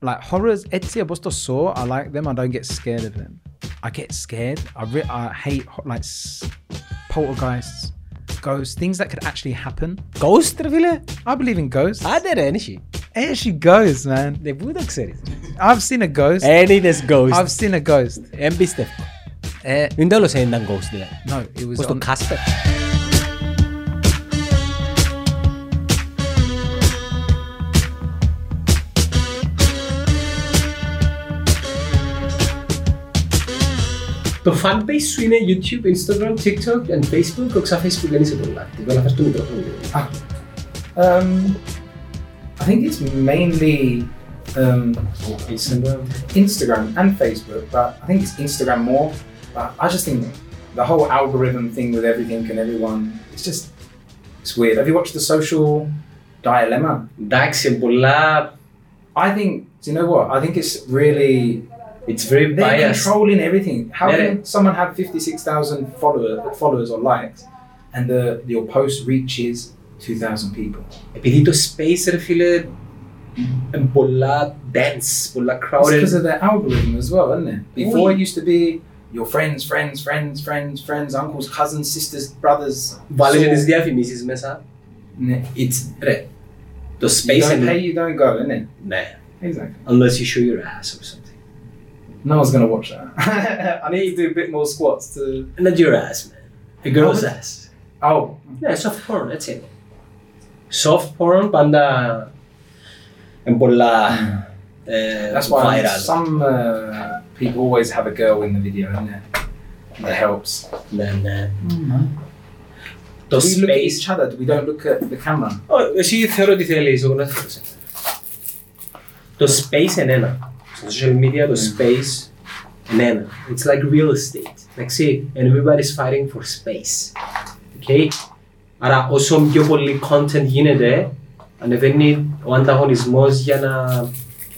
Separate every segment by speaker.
Speaker 1: like horrors, Etsy or Buster Saw, I like them. I don't get scared of them. I get scared. I re- I hate ho- like s- poltergeists, ghosts, things that could actually happen.
Speaker 2: Ghost ρε φίλε.
Speaker 1: I believe in ghosts.
Speaker 2: Άντε ρε, ένιχη.
Speaker 1: It actually goes, man.
Speaker 3: Ναι,
Speaker 2: Δεν πού τα ξέρεις.
Speaker 1: I've seen a ghost.
Speaker 2: Εν είδες ghost.
Speaker 1: I've seen a ghost.
Speaker 2: Εμπιστεύω.
Speaker 1: Eh,
Speaker 2: Δεν τέλος εν ήταν ghost δηλαδή.
Speaker 1: no, it was
Speaker 2: Πώς το
Speaker 1: on-
Speaker 2: Casper.
Speaker 3: Το fanbase σου είναι YouTube, Instagram, TikTok and Facebook. Οξά Facebook δεν είσαι πολύ active, αλλά φας το μικρόφωνο λίγο.
Speaker 1: Ah. Um, I think it's mainly um,
Speaker 3: Instagram.
Speaker 1: Instagram and Facebook, but I think it's Instagram more. But I just think the whole algorithm thing with everything and everyone, it's just, it's weird. Have you watched The Social Dilemma?
Speaker 3: Εντάξει, πολλά...
Speaker 1: I think, do you know what? I think it's really,
Speaker 3: It's very
Speaker 1: they're
Speaker 3: biased.
Speaker 1: controlling everything. How
Speaker 3: Yeah.
Speaker 1: can someone have 56,000 follower, followers or likes and the, your post reaches 2,000 people?
Speaker 3: Επειδή το space, ρε φίλε, είναι πολλά dense, πολλά
Speaker 1: It's
Speaker 3: crowded.
Speaker 1: because of their algorithm as well, isn't it? Before
Speaker 3: Oui.
Speaker 1: it used to be your friends, friends, friends, friends, friends, uncles, cousins, sisters, brothers.
Speaker 3: Βάλε και
Speaker 1: so-
Speaker 3: τις διαφημίσεις μέσα.
Speaker 1: Ναι.
Speaker 3: It's, ρε, το
Speaker 1: You don't
Speaker 3: space
Speaker 1: pay,
Speaker 3: είναι...
Speaker 1: you don't go, isn't it?
Speaker 3: Ναι.
Speaker 1: Exactly.
Speaker 3: Unless you show your ass or something.
Speaker 1: No one's gonna watch that. I need to do a bit more squats to.
Speaker 3: Not your ass, man. A girl's ass.
Speaker 1: Oh,
Speaker 3: Ναι, soft porn, έτσι είναι. Soft porn πάντα είναι πολλά ε,
Speaker 1: Mm. that's why
Speaker 3: eh, viral.
Speaker 1: some uh, people always have a girl in the video, isn't it? That helps.
Speaker 3: Ναι, ναι.
Speaker 1: Mm-hmm.
Speaker 3: Το
Speaker 1: we look at
Speaker 3: Hmm. space.
Speaker 1: each other. We don't look at the camera.
Speaker 3: Ω, Εσύ θεωρώ ότι θέλεις, εγώ να θέλω. Το space είναι ένα. Στο social media το space είναι ένα. It's like real estate. Εντάξει, and everybody's fighting for space. Okay. Άρα όσο πιο πολύ content γίνεται, ανεβαίνει ο ανταγωνισμός για να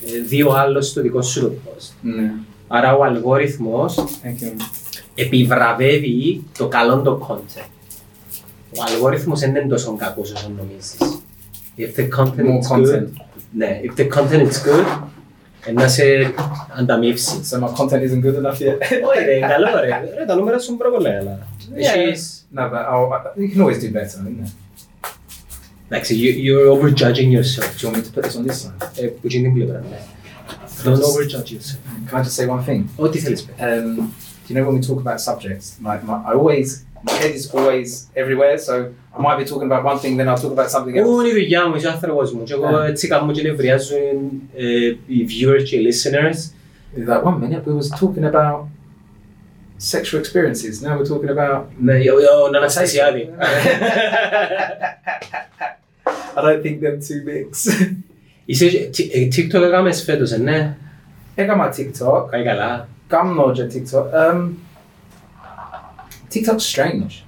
Speaker 3: ε, δει ο άλλος το δικό σου το post.
Speaker 1: Mm.
Speaker 3: Άρα ο αλγόριθμος
Speaker 1: Thank you.
Speaker 3: επιβραβεύει το καλό το content. Ο αλγόριθμος δεν είναι τόσο κακός όσο νομίζεις. If the content
Speaker 1: More
Speaker 3: is
Speaker 1: content.
Speaker 3: good, ναι, if the content is good, ε, να σε ανταμείψει.
Speaker 1: So my content isn't good enough yet.
Speaker 3: Όχι ρε, καλό ρε, ρε, τα νούμερα σου είναι πάρα πολλά καλά. Έχεις-
Speaker 1: No, but I'll, I- you can always do better, isn't it?
Speaker 3: Εντάξει, you- you're overjudging yourself.
Speaker 1: Do you want me to put this on this side?
Speaker 3: Ε, που είναι την πλευρά, ναι. Don't overjudge yourself.
Speaker 1: Can I just say one thing?
Speaker 3: Ό,τι θέλεις πες.
Speaker 1: Um, do you know when we talk about subjects, like my, I always my head is always everywhere, so I might be talking about one thing, then I'll talk about something else.
Speaker 3: Εγώ είναι η δουλειά μου, είσαι ο άνθρωπος μου και εγώ
Speaker 1: Ναι.
Speaker 3: έτσι κάνω και νευριάζουν ε, οι viewers και οι listeners.
Speaker 1: It's Like one minute we was talking about sexual experiences, now we're talking about.
Speaker 3: Ναι, ο Αναστασιάδη.
Speaker 1: I don't think them two mix.
Speaker 3: Είσαι, τι- ε, TikTok έκαμες φέτος, ε, ναι.
Speaker 1: I got my TikTok.
Speaker 3: Πάει καλά.
Speaker 1: Gum Lodger TikTok. Um, TikTok's strange.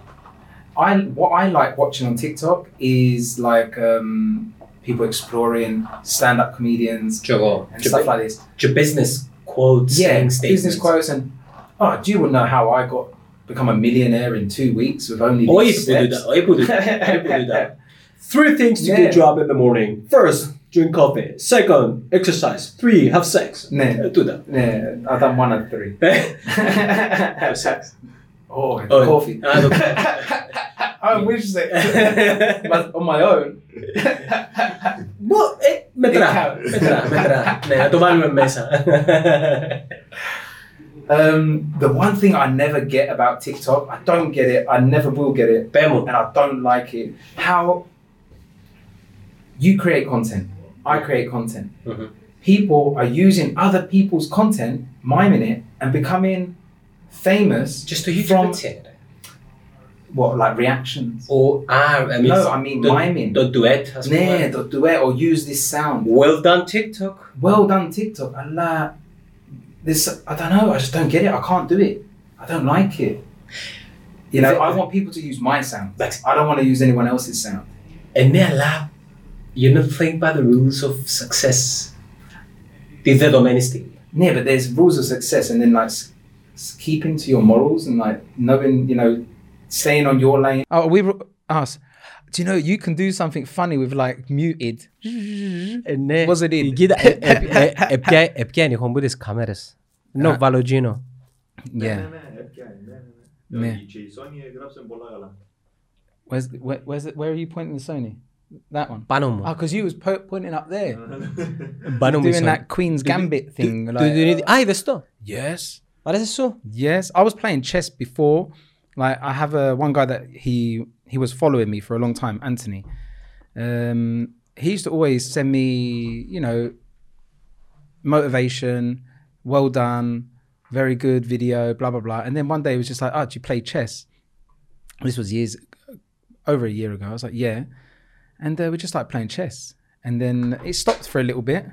Speaker 1: I what I like watching on TikTok is like um, people exploring stand-up comedians
Speaker 3: Κι εγώ.
Speaker 1: and
Speaker 3: Και,
Speaker 1: stuff like this.
Speaker 3: και business quotes,
Speaker 1: Yeah,
Speaker 3: saying
Speaker 1: business
Speaker 3: statements.
Speaker 1: quotes and oh, do you want to know how I got become a millionaire in two weeks with only
Speaker 3: Όχι
Speaker 1: these
Speaker 3: που του
Speaker 1: steps?
Speaker 3: τα, όχι που του τα, όχι που του τα. Three things to get
Speaker 1: Ναι.
Speaker 3: you up in the morning. First, drink coffee. Second, exercise. Three, have sex. Eh,
Speaker 1: Ναι.
Speaker 3: Ε, Τούτα.
Speaker 1: Yeah, I've done one of three.
Speaker 3: Ε, Eh?
Speaker 1: oh,
Speaker 3: όχι.
Speaker 1: coffee. Oh,
Speaker 3: Α, το-
Speaker 1: I wish that, but on my own.
Speaker 3: Μπο, ε, Μετρά,
Speaker 1: It counts.
Speaker 3: μετρά, μετρά. Ναι, να το βάλουμε μέσα.
Speaker 1: Um, the one thing I never get about TikTok, I don't get it. I never will get it,
Speaker 3: Πέ μου.
Speaker 1: and I don't like it. How you create content, I create content.
Speaker 3: Mhm.
Speaker 1: People are using other people's content, miming it, and becoming famous
Speaker 3: Just to YouTube
Speaker 1: from
Speaker 3: έτσι, ρε.
Speaker 1: what, like reactions?
Speaker 3: Ο- α, I mean,
Speaker 1: No, I mean
Speaker 3: το-
Speaker 1: miming.
Speaker 3: Το duet, ας
Speaker 1: Ναι,
Speaker 3: πούμε.
Speaker 1: το duet or use this sound.
Speaker 3: Well done TikTok.
Speaker 1: Well done, TikTok. Allah, this I don't know. I just don't get it. I can't do it. I don't like it. You know, I want people to use my sound.
Speaker 3: Εντάξει.
Speaker 1: I don't want to use anyone else's sound.
Speaker 3: Ε, ναι, αλλά you're not playing by the rules of success. Τη δεδομένη στιγμή.
Speaker 1: Yeah, but there's rules of success, and then like s- s- keeping to your morals and like knowing, you know, staying on your lane.
Speaker 4: Oh, we us.
Speaker 1: do you know you can do something funny with like muted?
Speaker 3: Ε, Ναι.
Speaker 1: Πώς δεν είναι.
Speaker 3: Κοίτα, ε, ε, ε, ε, επιά- Επιάνει η χομπού τις κάμερες. Νο,
Speaker 1: Α.
Speaker 3: Βαλοτζίνο.
Speaker 1: Yeah.
Speaker 5: Ναι, ναι, έπιανε, ναι,
Speaker 1: Ναι.
Speaker 5: ναι, ναι. Και η Sony έγραψε πολλά καλά.
Speaker 1: Where's the, where, where's the, where are you pointing the Sony? That one.
Speaker 3: Πάνω
Speaker 1: Ah,
Speaker 3: μου.
Speaker 1: because you was po- pointing up there,
Speaker 3: Πάνω μου. η
Speaker 1: doing
Speaker 3: Sony.
Speaker 1: that Queen's Gambit thing.
Speaker 3: Του- του
Speaker 1: like- uh,
Speaker 3: την είδη- Α, είδες το.
Speaker 1: yes.
Speaker 3: Μ' αρέσει σου.
Speaker 1: Yes, I was playing chess before. Like I have a one guy that he he was following me for a long time, Anthony. Um, he used to always send me, you know, motivation, well done, very good video, blah blah blah. And then one day he was just like, "Oh, do you play chess?" This was years over a year ago. I was like, "Yeah," and uh, we just like playing chess. And then it stopped for a little bit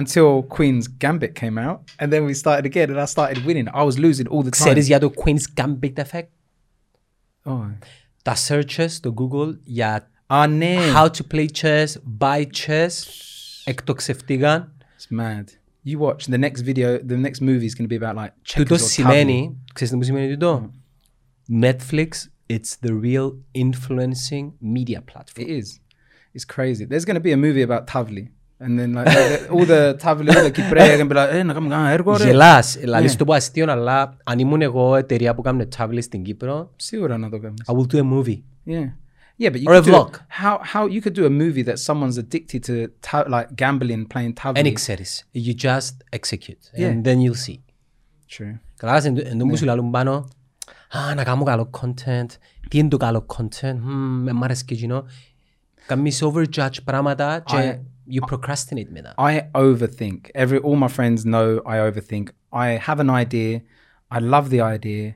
Speaker 1: until Queen's Gambit came out, and then we started again, and I started winning. I was losing all the time.
Speaker 3: Ξέρεις για το Queen's Gambit Effect.
Speaker 1: Oh.
Speaker 3: Τα searches στο Google για
Speaker 1: Ah, nee.
Speaker 3: how to play chess, buy chess, εκτοξευτήκαν.
Speaker 1: It's mad. You watch the next video. The next movie is going to be about like
Speaker 3: Τούτο
Speaker 1: checkers or tabby.
Speaker 3: σημαίνει, ξέρεις τι μου σημαίνει τούτο. Mm. Netflix, it's the real influencing media
Speaker 1: It
Speaker 3: platform.
Speaker 1: is. It's crazy. There's going to be a movie about tavli, and then like all the- all the tavli, all the Kyprea are going to be like, "Eh, να κάνουμε κανένα έργο, ρε."
Speaker 3: Γελάς, δηλαδή στο πω αστείο, αλλά αν ήμουν εγώ εταιρεία που κάμουν travel στην Κύπρο,
Speaker 1: Σίγουρα να το κάνεις.
Speaker 3: I will do a movie.
Speaker 1: Yeah. Yeah, but you
Speaker 3: Or
Speaker 1: could
Speaker 3: a
Speaker 1: do
Speaker 3: vlog.
Speaker 1: how how you could do a movie that someone's addicted to ta- like gambling, playing tavli.
Speaker 3: Δεν ξέρεις. You just execute.
Speaker 1: Yeah.
Speaker 3: And then you'll see.
Speaker 1: True.
Speaker 3: Καλά, εν τω που σου λαλούν πάνω, «Α, να κάνω καλό content, τι είναι το καλό content, μμμ, μ' αρέσει και εκείνο». Κάνεις overjudge πράγματα και you procrastinate μετά.
Speaker 1: I overthink. Every all my friends know I overthink. I have an idea. I love the idea.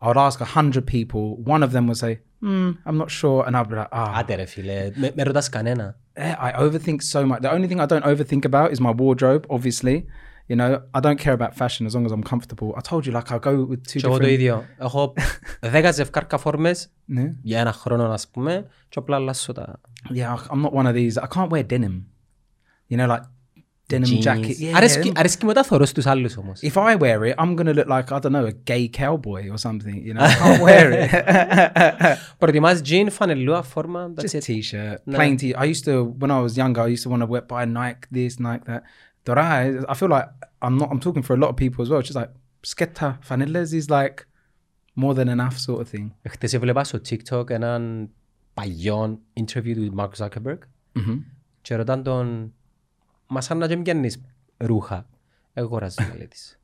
Speaker 1: I would ask a hundred people. One of them would say, "Hmm, I'm not sure," and I'd be like, "Ah,
Speaker 3: Άντε ρε φίλε, με, με ρωτάς κανένα.
Speaker 1: eh, I overthink so much." The only thing I don't overthink about is my wardrobe. Obviously, you know, I don't care about fashion as long as I'm comfortable. I told you, like, I go with two
Speaker 3: Και εγώ το
Speaker 1: different.
Speaker 3: ίδιο. Έχω δέκα ζευκάρκα φόρμες
Speaker 1: Yeah,
Speaker 3: για ένα χρόνο ας πούμε και απλά αλλάσω τα
Speaker 1: yeah, I'm not one of these. I can't wear denim. You know, like denim
Speaker 3: jeans.
Speaker 1: jacket. Yeah,
Speaker 3: Αρέσκει- Αρέσκει μου τα θωρώ στους άλλους όμως.
Speaker 1: If I wear it, I'm gonna look like I don't know a gay cowboy or something. You know, I can't wear it.
Speaker 3: Προτιμάς jean, φανελούα, φόρμα, that's
Speaker 1: Just
Speaker 3: it.
Speaker 1: a t-shirt,
Speaker 3: No.
Speaker 1: plain t. I used to when I was younger. I used to want to wear, buy Nike this, Nike that. But I, I feel like I'm not. I'm talking for a lot of people as well. It's just like sketa fanillas is like more than enough sort of thing.
Speaker 3: Χτες έβλεπα στο TikTok έναν παλιό interview του Mark Zuckerberg Mm-hmm. και ρωτάν τον «Μα σαν να και πιάνεις ρούχα». Εγώ αγοράζω λέει της.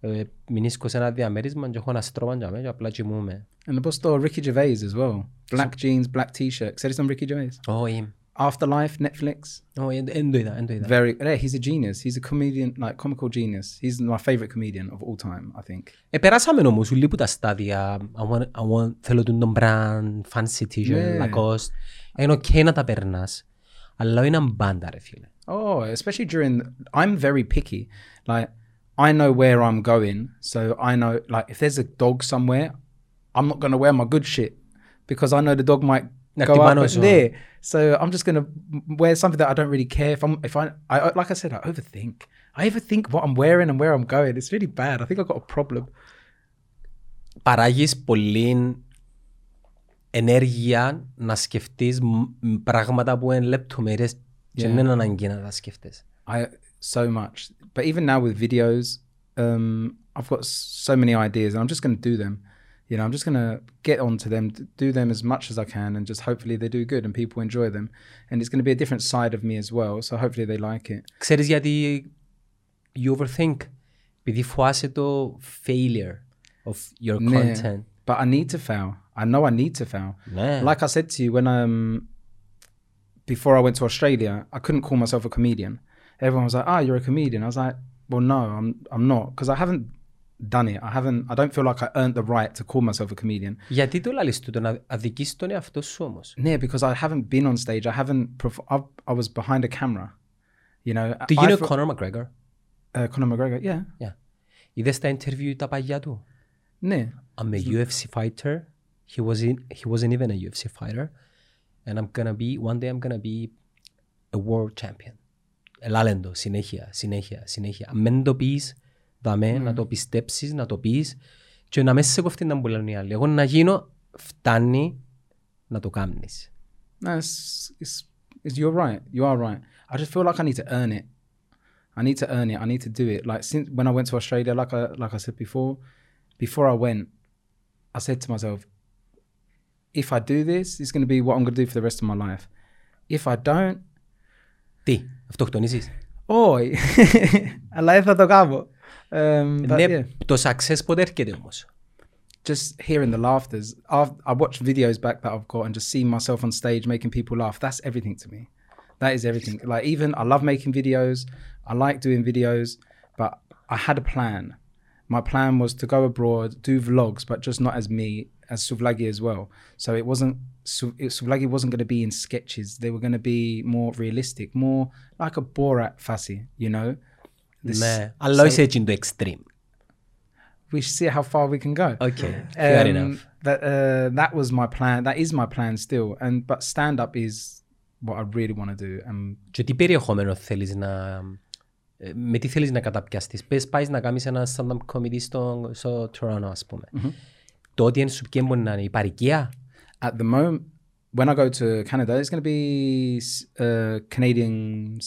Speaker 3: Ε, Μηνίσκω σε ένα διαμέρισμα και έχω ένα στρώμα για μένα και απλά κοιμούμαι.
Speaker 1: And the boss store Ricky Gervais as well. Black jeans, black t-shirt. Said it's on Ricky Gervais.
Speaker 3: Όχι,
Speaker 1: Afterlife, Netflix.
Speaker 3: όχι, δεν το είδα, δεν το είδα.
Speaker 1: Very. Yeah, he's a genius. He's a comedian, like comical genius. He's my favorite comedian of all time. I think.
Speaker 3: Επεράσαμε Ε, όμως όλοι που τα στάδια. I want, I want, θέλω τον τον brand, fancy t-shirt,
Speaker 1: Ναι.
Speaker 3: Lacoste. Είναι οκ να τα περνάς. Αλλά είναι μπάντα ρε φίλε.
Speaker 1: Oh, especially during. I'm very picky. Like, I know where I'm going, so I know like if there's a dog somewhere, I'm not gonna wear my good shit because I know the dog might
Speaker 3: Να
Speaker 1: go
Speaker 3: χτυπάνω
Speaker 1: up
Speaker 3: σου.
Speaker 1: there. So I'm just gonna wear something that I don't really care if I'm if I, I like I said I overthink. I overthink what I'm wearing and where I'm going. It's really bad. I think I've got a problem.
Speaker 3: παράγεις πολλή ενέργεια να σκεφτείς μ- μ- πράγματα που είναι λεπτομέρειες
Speaker 1: Ναι.
Speaker 3: και
Speaker 1: Yeah.
Speaker 3: δεν είναι αναγκή να τα σκεφτείς.
Speaker 1: I so much, but even now with videos, um, I've got s- so many ideas, and I'm just going to do them. You know, I'm just going to get onto them, d- do them as much as I can, and just hopefully they do good and people enjoy them. And it's going to be a different side of me as well, so hopefully they like it.
Speaker 3: Ξέρεις γιατί you overthink, επειδή φοάσαι το failure of your
Speaker 1: Ναι.
Speaker 3: content.
Speaker 1: But I need to fail. I know I need to fail.
Speaker 3: Ναι.
Speaker 1: Like I said to you when um before I went to Australia, I couldn't call myself a comedian. Everyone was like, "Ah, you're a comedian." I was like, "Well, no, I'm I'm not because I haven't done it. I haven't. I don't feel like I earned the right to call myself a comedian.
Speaker 3: Γιατί το λαλείς τούτο, να αδικείς τον εαυτό σου όμως.
Speaker 1: Yeah, because I haven't been on stage. I haven't. Perf- I, I was behind a camera. You know.
Speaker 3: Τι
Speaker 1: I-
Speaker 3: γίνει ο
Speaker 1: I fe-
Speaker 3: Conor McGregor.
Speaker 1: uh, Conor McGregor. Yeah.
Speaker 3: Είδες τα interview τα παγιά του.
Speaker 1: Yeah.
Speaker 3: I'm a UFC fighter. He wasn't he wasn't even a UFC fighter. And I'm gonna be one day I'm gonna be a world champion. Ελάλεντο, συνέχεια, συνέχεια, συνέχεια. Αν δεν το πεις, δαμέ, να το πιστέψεις, να το πεις και να μέσα σε κοφτεί να μπουλάνε οι άλλοι. Εγώ να γίνω, φτάνει να το κάνεις.
Speaker 1: No, it's, it's, it's you're right. You are right. I just feel like I need to earn it. I need to earn it. I need to do it. Like since when I went to Australia, like I like I said before, before I went, I said to myself, if I do this, it's going to be what I'm going to do for the rest of my life. If I don't,
Speaker 3: Τι, αυτοκτονίζεις.
Speaker 1: όχι. Αλλά θα το κάνω. Um, but yeah.
Speaker 3: Ναι, το success πότε έρχεται όμως.
Speaker 1: just hearing the laughters. I've, I watch videos back that I've got and just seeing myself on stage making people laugh. That's everything to me. That is everything. Like even I love making videos. I like doing videos, but I had a plan. My plan was to go abroad, do vlogs, but just not as me, as Suvlagi as well. So it wasn't Su- it- Suvlagi wasn't going to be in sketches. They were going to be more realistic, more like a Borat Fassi, you know. This-
Speaker 3: Ναι, αλλά είσαι έτσι το extreme.
Speaker 1: we should see how far we can go.
Speaker 3: Okay, fair
Speaker 1: Um,
Speaker 3: enough.
Speaker 1: That uh, that was my plan. That is my plan still. And but stand up is what I really want to do. And
Speaker 3: Και τι περιεχόμενο θέλεις να... ε, Με τι θέλεις να καταπιαστείς. Πες πάει να κάνεις ένα stand-up comedy στο, στο Toronto, ας πούμε. Το audience σου ποιο μπορεί να είναι η παροικία.
Speaker 1: at the moment, when I go to Canada, it's going to be uh, Canadian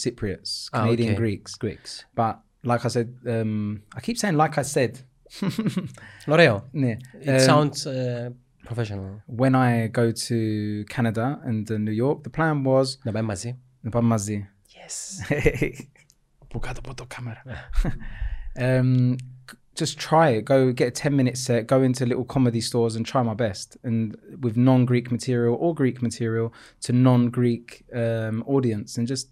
Speaker 1: Cypriots,
Speaker 3: Ah,
Speaker 1: Canadian
Speaker 3: okay.
Speaker 1: Greeks.
Speaker 3: Greeks.
Speaker 1: But like I said, um, I keep saying like I said.
Speaker 3: Ωραίο.
Speaker 1: yeah.
Speaker 3: It
Speaker 1: Um,
Speaker 3: sounds ε, professional.
Speaker 1: when I go to Canada and uh, New York, the plan was
Speaker 3: Να πάει μαζί.
Speaker 1: να πάμε μαζί.
Speaker 3: Yes.
Speaker 1: Που κάτω από το κάμερα. um, just try it. Go get a 10 minute set, go into little comedy stores and try my best. And with non Greek material or Greek material to non Greek um, audience and just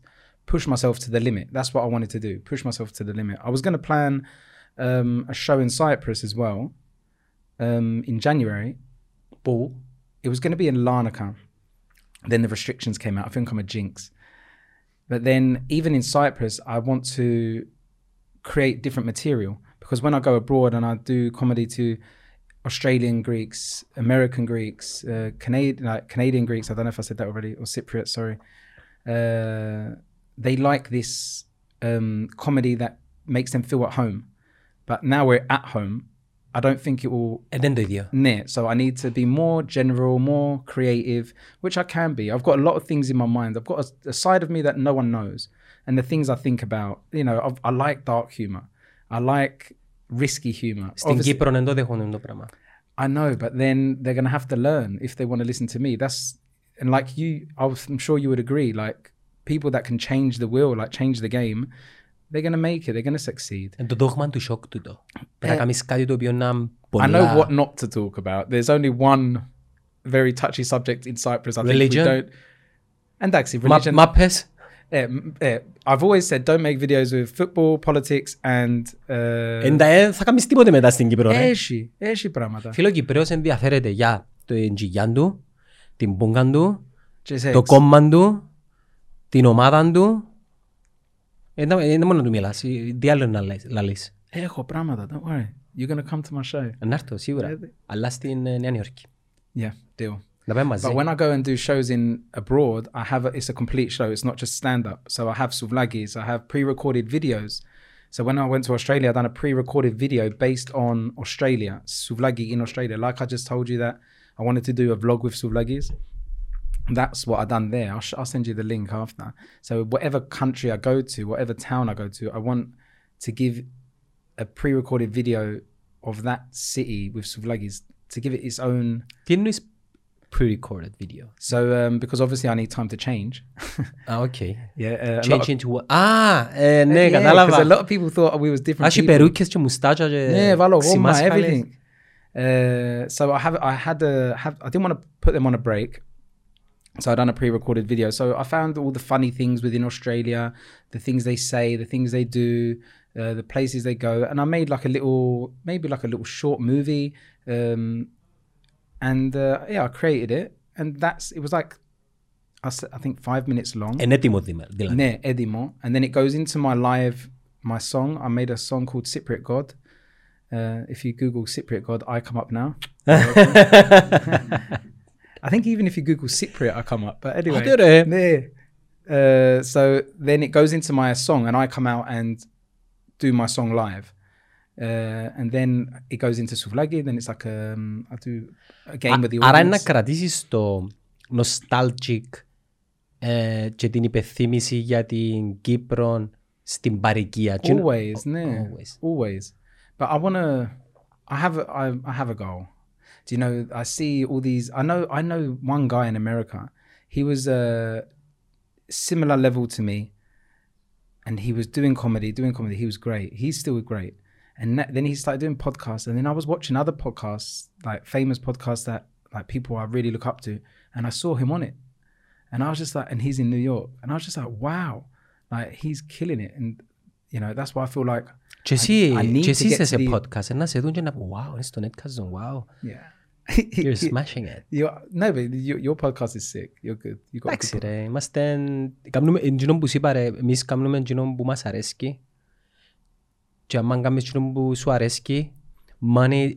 Speaker 1: push myself to the limit. That's what I wanted to do push myself to the limit. I was going to plan um, a show in Cyprus as well um, in January.
Speaker 3: Πού.
Speaker 1: It was going to be in Larnaca. Then the restrictions came out. I think I'm a jinx. But then, even in Cyprus, I want to create different material because when I go abroad and I do comedy to Australian Greeks, American Greeks, uh, Canadian like Canadian Greeks, I don't know if I said that already, or Cypriot, sorry. Uh, they like this um, comedy that makes them feel at home. But now we're at home. I don't think it will
Speaker 3: Ε, δεν είναι το ίδιο.
Speaker 1: near. So I need to be more general, more creative, which I can be. I've got a lot of things in my mind. I've got a, a side of me that no one knows, and the things I think about. You know, I've, I like dark humor. I like risky humor.
Speaker 3: Στην
Speaker 1: Obviously-
Speaker 3: Κύπρο δεν το δέχονται το πράγμα.
Speaker 1: I know, but then they're going to have to learn if they want to listen to me. That's and like you, I was, I'm sure you would agree. Like people that can change the wheel, like change the game, they're going to make it. They're going to succeed.
Speaker 3: Είναι το δόγμα του σοκ του το. Πρέπει
Speaker 1: Ε,
Speaker 3: να κάνεις κάτι το οποίο να πολλά...
Speaker 1: I know what not to talk about. There's only one very touchy subject in Cyprus. I
Speaker 3: Religion?
Speaker 1: think we don't. And actually,
Speaker 3: Μα,
Speaker 1: religion.
Speaker 3: μα πες.
Speaker 1: Eh, m- eh, I've always said don't make videos with football, politics, and. Uh,
Speaker 3: Εντά, ε, θα κάνεις τίποτε μετά στην Κύπρο. ρε.
Speaker 1: Έχει, έχει πράγματα.
Speaker 3: Φίλο Κυπρέος ενδιαφέρεται για το εγγυγιάν του, την πούγκαν του,
Speaker 1: Just
Speaker 3: το
Speaker 1: eggs.
Speaker 3: κόμμα του, την ομάδα του. Ε, Δεν δεν είναι μόνο να του μιλάς, ε, τι άλλο να λες- να λες.
Speaker 1: Έχω πράγματα, don't worry. You're going to come to my show.
Speaker 3: Να έρθω σίγουρα,
Speaker 1: Ε,
Speaker 3: αλλά στην ε, Νέα Νιόρκη.
Speaker 1: Yeah, deal.
Speaker 3: Να πάμε μαζί.
Speaker 1: But when I go and do shows in abroad, I have a, it's a complete show. It's not just stand up. So I have suvlagis, I have pre-recorded videos. So when I went to Australia, I done a pre-recorded video based on Australia, suvlagi in Australia. Like I just told you that I wanted to do a vlog with suvlagis. That's what I done there. I'll, sh- I'll send you the link after. So whatever country I go to, whatever town I go to, I want to give a pre-recorded video of that city with suvlagis to give it its own
Speaker 3: Τι εννοείς pre-recorded video.
Speaker 1: so um, because obviously I need time to change.
Speaker 3: Α, οκ.
Speaker 1: yeah, uh, a lot
Speaker 3: Change into what? Ah, eh, Α, ε,
Speaker 1: of-
Speaker 3: ναι,
Speaker 1: yeah, 'cause A
Speaker 3: κατάλαβα.
Speaker 1: lot of people thought we was different.
Speaker 3: Άχι
Speaker 1: people.
Speaker 3: περούκες και μουστάκια και
Speaker 1: Yeah, Valo, Roma,
Speaker 3: ξημάσκαλες.
Speaker 1: everything. Uh, so I have, I had a, have, I didn't want to put them on a break. So I done a pre-recorded video. So I found all the funny things within Australia, the things they say, the things they do, uh, the places they go, and I made like a little, maybe like a little short movie. Um, and uh, yeah, I created it, and that's it was like, I, s- I think five minutes long.
Speaker 3: Είναι έτοιμο δήμα- δηλαδή.
Speaker 1: Ναι, έτοιμο. And then it goes into my live, my song. I made a song called Cypriot God. Uh, if you Google Cypriot God, I come up now. I think even if you Google Cypriot, I come up. But anyway.
Speaker 3: Άντε ρε.
Speaker 1: Ναι. Uh, so then it goes into my song, and I come out and do my song live. Uh, and then it goes into Suvlagi. Then it's like um, I do a game with the
Speaker 3: Άρα είναι να
Speaker 1: audience.
Speaker 3: κρατήσεις το nostalgic ε, και την υπεθύμηση για την Κύπρο στην παροικία. Τι είναι-
Speaker 1: Always, ναι.
Speaker 3: Always.
Speaker 1: Always. But I want to. I have. a- I, I have a goal. Do you know? I see all these. I know. I know one guy in America. He was a similar level to me, and he was doing comedy. Doing comedy. He was great. He's still great. And that, then he started doing podcasts. And then I was watching other podcasts, like famous podcasts that like people I really look up to. And I saw him on it, and I was just like, and he's in New York, and I was just like, wow, like he's killing it. And you know, that's why I feel like
Speaker 3: Και εσύ,
Speaker 1: I need
Speaker 3: και
Speaker 1: to
Speaker 3: εσύ είσαι
Speaker 1: get
Speaker 3: σε
Speaker 1: to the-
Speaker 3: podcast, ε, να σε δουν και να πω «Wow, είναι στο Netcast, wow,
Speaker 1: Yeah.
Speaker 3: you're smashing it».
Speaker 1: You're- no, but your, your podcast is sick. You're good. You got. a
Speaker 3: Εντάξει
Speaker 1: good
Speaker 3: ρε, είμαστε... Κάνουμε εκείνο που σου είπα ρε, εμείς κάνουμε εκείνο που μας αρέσκει και άμα κάνεις εκείνο που σου αρέσκει, money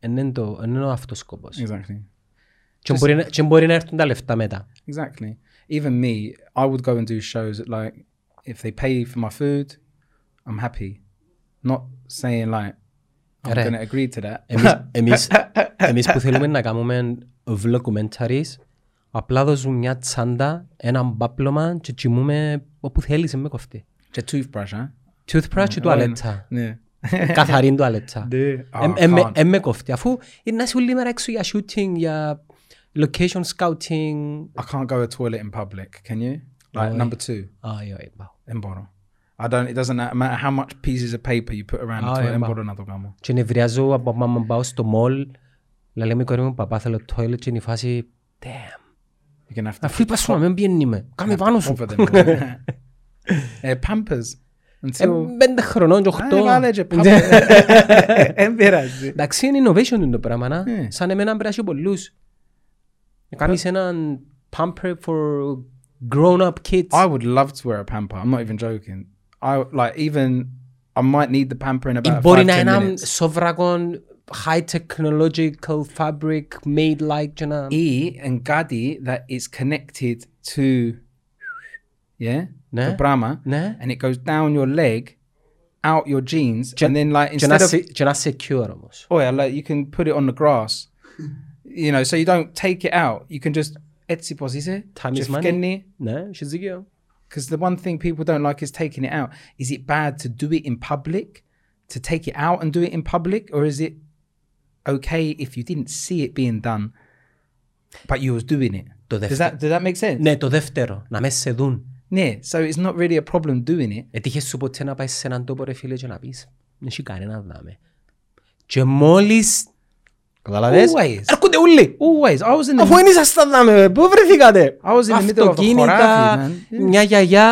Speaker 3: είναι το, εν είναι ο αυτός
Speaker 1: pod-
Speaker 3: σκοπός.
Speaker 1: Exactly.
Speaker 3: Και μπορεί, να- και μπορεί να έρθουν τα λεφτά μετά.
Speaker 1: Exactly. Even me, I would go and do shows at like if they pay for my food, I'm happy. Not saying like I'm
Speaker 3: Ρε.
Speaker 1: gonna agree to that.
Speaker 3: Εμείς, εμείς, εμείς που θέλουμε να κάνουμε vlogumentaries, απλά δώσουμε μια τσάντα, ένα μπάπλωμα και τσιμούμε όπου θέλεις, με κοφτεί.
Speaker 1: It's a toothbrush, huh?
Speaker 3: Toothbrush και τουαλέτα.
Speaker 1: Yeah.
Speaker 3: Καθαρή τουαλέτα.
Speaker 1: Dude. Oh, I can't.
Speaker 3: Εμ με κοφτεί. Αφού είναι να είσαι όλη μέρα έξω για shooting, για location scouting.
Speaker 1: I can't go to a toilet in public. Can you? Like
Speaker 3: Oi.
Speaker 1: number two
Speaker 3: Άι, άι, πάω.
Speaker 1: in bottle. I don't. It doesn't matter how much pieces of paper you put around
Speaker 3: Oh,
Speaker 1: the toilet
Speaker 3: yeah,
Speaker 1: in
Speaker 3: but-
Speaker 1: bottle. Another one.
Speaker 3: Και νευριάζω από άμα πάω στο mall, λέει με κορή μου, παπά θέλω toilet και είναι η φάση, damn. Ναι.
Speaker 1: You're gonna have to.
Speaker 3: Αφού είπα σου να μην πιένουμε, κάμε πάνω σου.
Speaker 1: Over them. uh, Pampers
Speaker 3: Ε,
Speaker 1: until.
Speaker 3: Πέντε χρονών
Speaker 1: Ε,
Speaker 3: και οχτώ.
Speaker 1: βάλε και πάμε. Εν πειράζει.
Speaker 3: Εντάξει, είναι innovation είναι το πράγμα, να.
Speaker 1: Ναι.
Speaker 3: Σαν εμένα πρέπει να έχει πολλούς. Να κάνεις έναν pamper for grown-up
Speaker 1: I
Speaker 3: kids.
Speaker 1: would love to wear a pamper. I'm not even joking. I like even I might need the pamper in
Speaker 3: Ή
Speaker 1: about
Speaker 3: μπορεί
Speaker 1: five,
Speaker 3: να
Speaker 1: 10
Speaker 3: είναι
Speaker 1: minutes.
Speaker 3: σοβρακόν high technological fabric made like και να...
Speaker 1: E and Gadi that is connected to yeah the
Speaker 3: Ναι,
Speaker 1: Brahma
Speaker 3: ναι.
Speaker 1: and it goes down your leg, out your jeans, and then like
Speaker 3: Και να,
Speaker 1: instead of
Speaker 3: σε- και να secure όμως.
Speaker 1: oh yeah, like you can put it on the grass, you know, so you don't take it out. You can just Etsy pos is it?
Speaker 3: Time is
Speaker 1: Just
Speaker 3: money.
Speaker 1: skinny.
Speaker 3: Ναι, έχεις δίκιο.
Speaker 1: Because the one thing people don't like is taking it out. Is it bad to do it in public, to take it out and do it in public, or is it okay if you didn't see it being done, but you was doing it?
Speaker 3: Το
Speaker 1: Does
Speaker 3: δεύτερο.
Speaker 1: that does that make sense?
Speaker 3: Ναι, το δεύτερο. Να με σε δουν.
Speaker 1: Yeah. So it's not really a problem doing it.
Speaker 3: Έτυχες σου ποτέ να πάει σε έναν τόπο ρε φίλε και να πεις. Δεν έχει κανένα δάμε. Και μόλις... Καταλαβες.
Speaker 1: Always,
Speaker 3: Έρχονται όλοι.
Speaker 1: always. I was in the
Speaker 3: Αφού δεν ήσασταν δάμε, πού βρεθήκατε.
Speaker 1: I was in the middle of a
Speaker 3: Αυτοκίνητα,
Speaker 1: χωράφι, man.
Speaker 3: μια γιαγιά,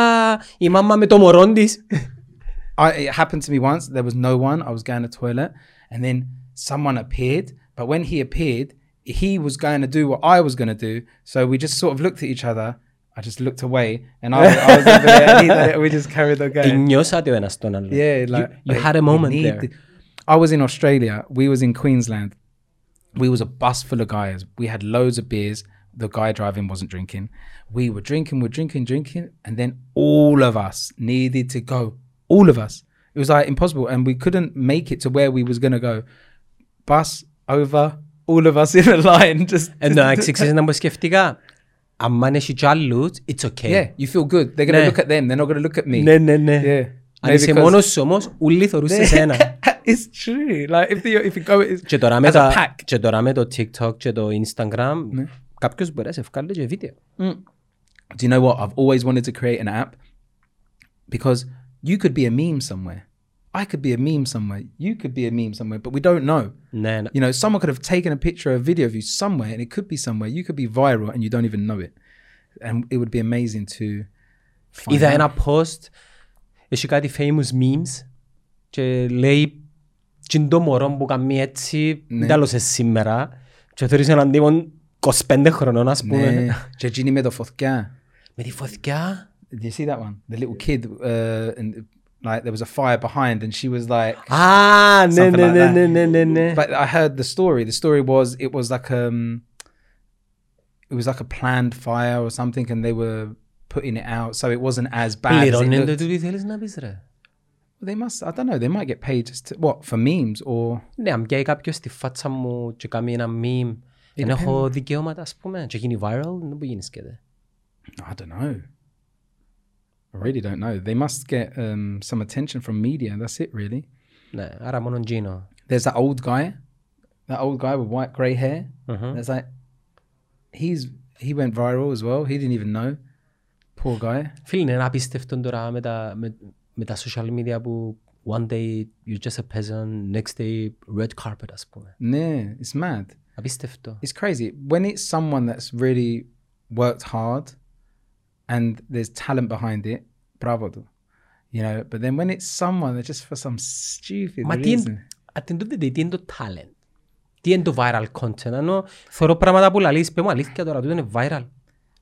Speaker 3: η μάμα με το μωρό της.
Speaker 1: Ε. I, it happened to me once. There was no one. I was going to the toilet, and then someone appeared. But when he appeared, he was going to do what I was going to do. So we just sort of looked at each other. I just looked away, and I, I was over there. And he done it, we just carried on going.
Speaker 3: Νιώσατε ο ένας τον άλλο.
Speaker 1: Yeah,
Speaker 3: You-
Speaker 1: like
Speaker 3: You
Speaker 1: like,
Speaker 3: had a
Speaker 1: we
Speaker 3: moment
Speaker 1: need
Speaker 3: there.
Speaker 1: the- I was in Australia. We was in Queensland. We was a bus full of guys. We had loads of beers. The guy driving wasn't drinking. We were drinking, we're drinking, drinking, and then all of us needed to go. All of us. It was like impossible, and we couldn't make it to where we was gonna go. Bus over, all of us in a line. Just
Speaker 3: Ε, Εντάξει, ξέρεις να μου σκεφτικά. Αν αν έχει κι άλλους, it's okay.
Speaker 1: yeah, you feel good. They're gonna
Speaker 3: Ναι.
Speaker 1: look at them. They're not gonna look at me.
Speaker 3: Ναι, ναι, ναι.
Speaker 1: Yeah.
Speaker 3: Αν
Speaker 1: Maybe
Speaker 3: είσαι
Speaker 1: 'cause-
Speaker 3: μόνος σου όμως, ούλοι θωρούν σε σένα.
Speaker 1: it's true. Like if you if you go, it's
Speaker 3: Και τώρα με
Speaker 1: As a
Speaker 3: τα-
Speaker 1: pack. Ναι.
Speaker 3: Και τώρα με το TikTok και το Instagram, κάποιος μπορεί να σε βγάλει και βίντεο.
Speaker 1: do you know what? I've always wanted to create an app because you could be a meme somewhere. I could be a meme somewhere. You could be a meme somewhere, but we don't know.
Speaker 3: Ναι, ναι.
Speaker 1: You know, someone could have taken a picture, a video of you somewhere, and it could be somewhere. You could be viral and you don't even know it. And it would be amazing to find
Speaker 3: Είδα
Speaker 1: out.
Speaker 3: ένα post, έχει κάτι famous memes και λέει «Τι το μωρό που κάνει έτσι,
Speaker 1: Ναι.
Speaker 3: ναι. τι άλλο σε σήμερα» και θεωρείς έναν τύπο 25 χρονών ας πούμε.
Speaker 1: Ναι. Τζετζίνι με το φωτιά.
Speaker 3: Με τη φωτιά.
Speaker 1: Did you see that one? The little kid, uh, and like there was a fire behind, and she was like,
Speaker 3: Α, ναι,
Speaker 1: Something
Speaker 3: ναι,
Speaker 1: like
Speaker 3: ναι,
Speaker 1: that.
Speaker 3: ναι, ναι, ναι, ναι.
Speaker 1: But I heard the story. The story was it was like um, it was like a planned fire or something, and they were putting it out, so it wasn't as bad. As it
Speaker 3: Πληρώνεται
Speaker 1: looked.
Speaker 3: το τι θέλεις να πεις ρε.
Speaker 1: They must. I don't know. They might get paid just to, what for memes or
Speaker 3: Ναι, αν πιάει κάποιος τη φάτσα μου και κάνει ένα meme, δεν έχω δικαιώματα ας πούμε και γίνει viral, δεν μπορεί γίνεις και δε.
Speaker 1: I don't know. I really don't know. They must get um, some attention from media. That's it, really.
Speaker 3: Ναι, άρα μόνο Gino.
Speaker 1: There's that old guy, that old guy with white grey hair.
Speaker 3: Μμμ.
Speaker 1: There's like, he's he went viral as well. He didn't even know. Poor guy.
Speaker 3: Φίλοι, είναι απίστευτο τώρα με τα, με, με τα social media που one day you're just a peasant, next day red carpet ας πούμε.
Speaker 1: Yeah, it's mad.
Speaker 3: Απίστευτο.
Speaker 1: It's crazy when it's someone that's really worked hard, and there's talent behind it. Bravo, to, you know. But then when it's someone that just for some stupid
Speaker 3: Μα τι
Speaker 1: reason.
Speaker 3: είναι, at the end of the day, τι είναι το talent. Τι είναι το viral content. Ενώ θεωρώ πράγματα που λαλείς, πες μου αλήθεια τώρα, τούτο είναι viral.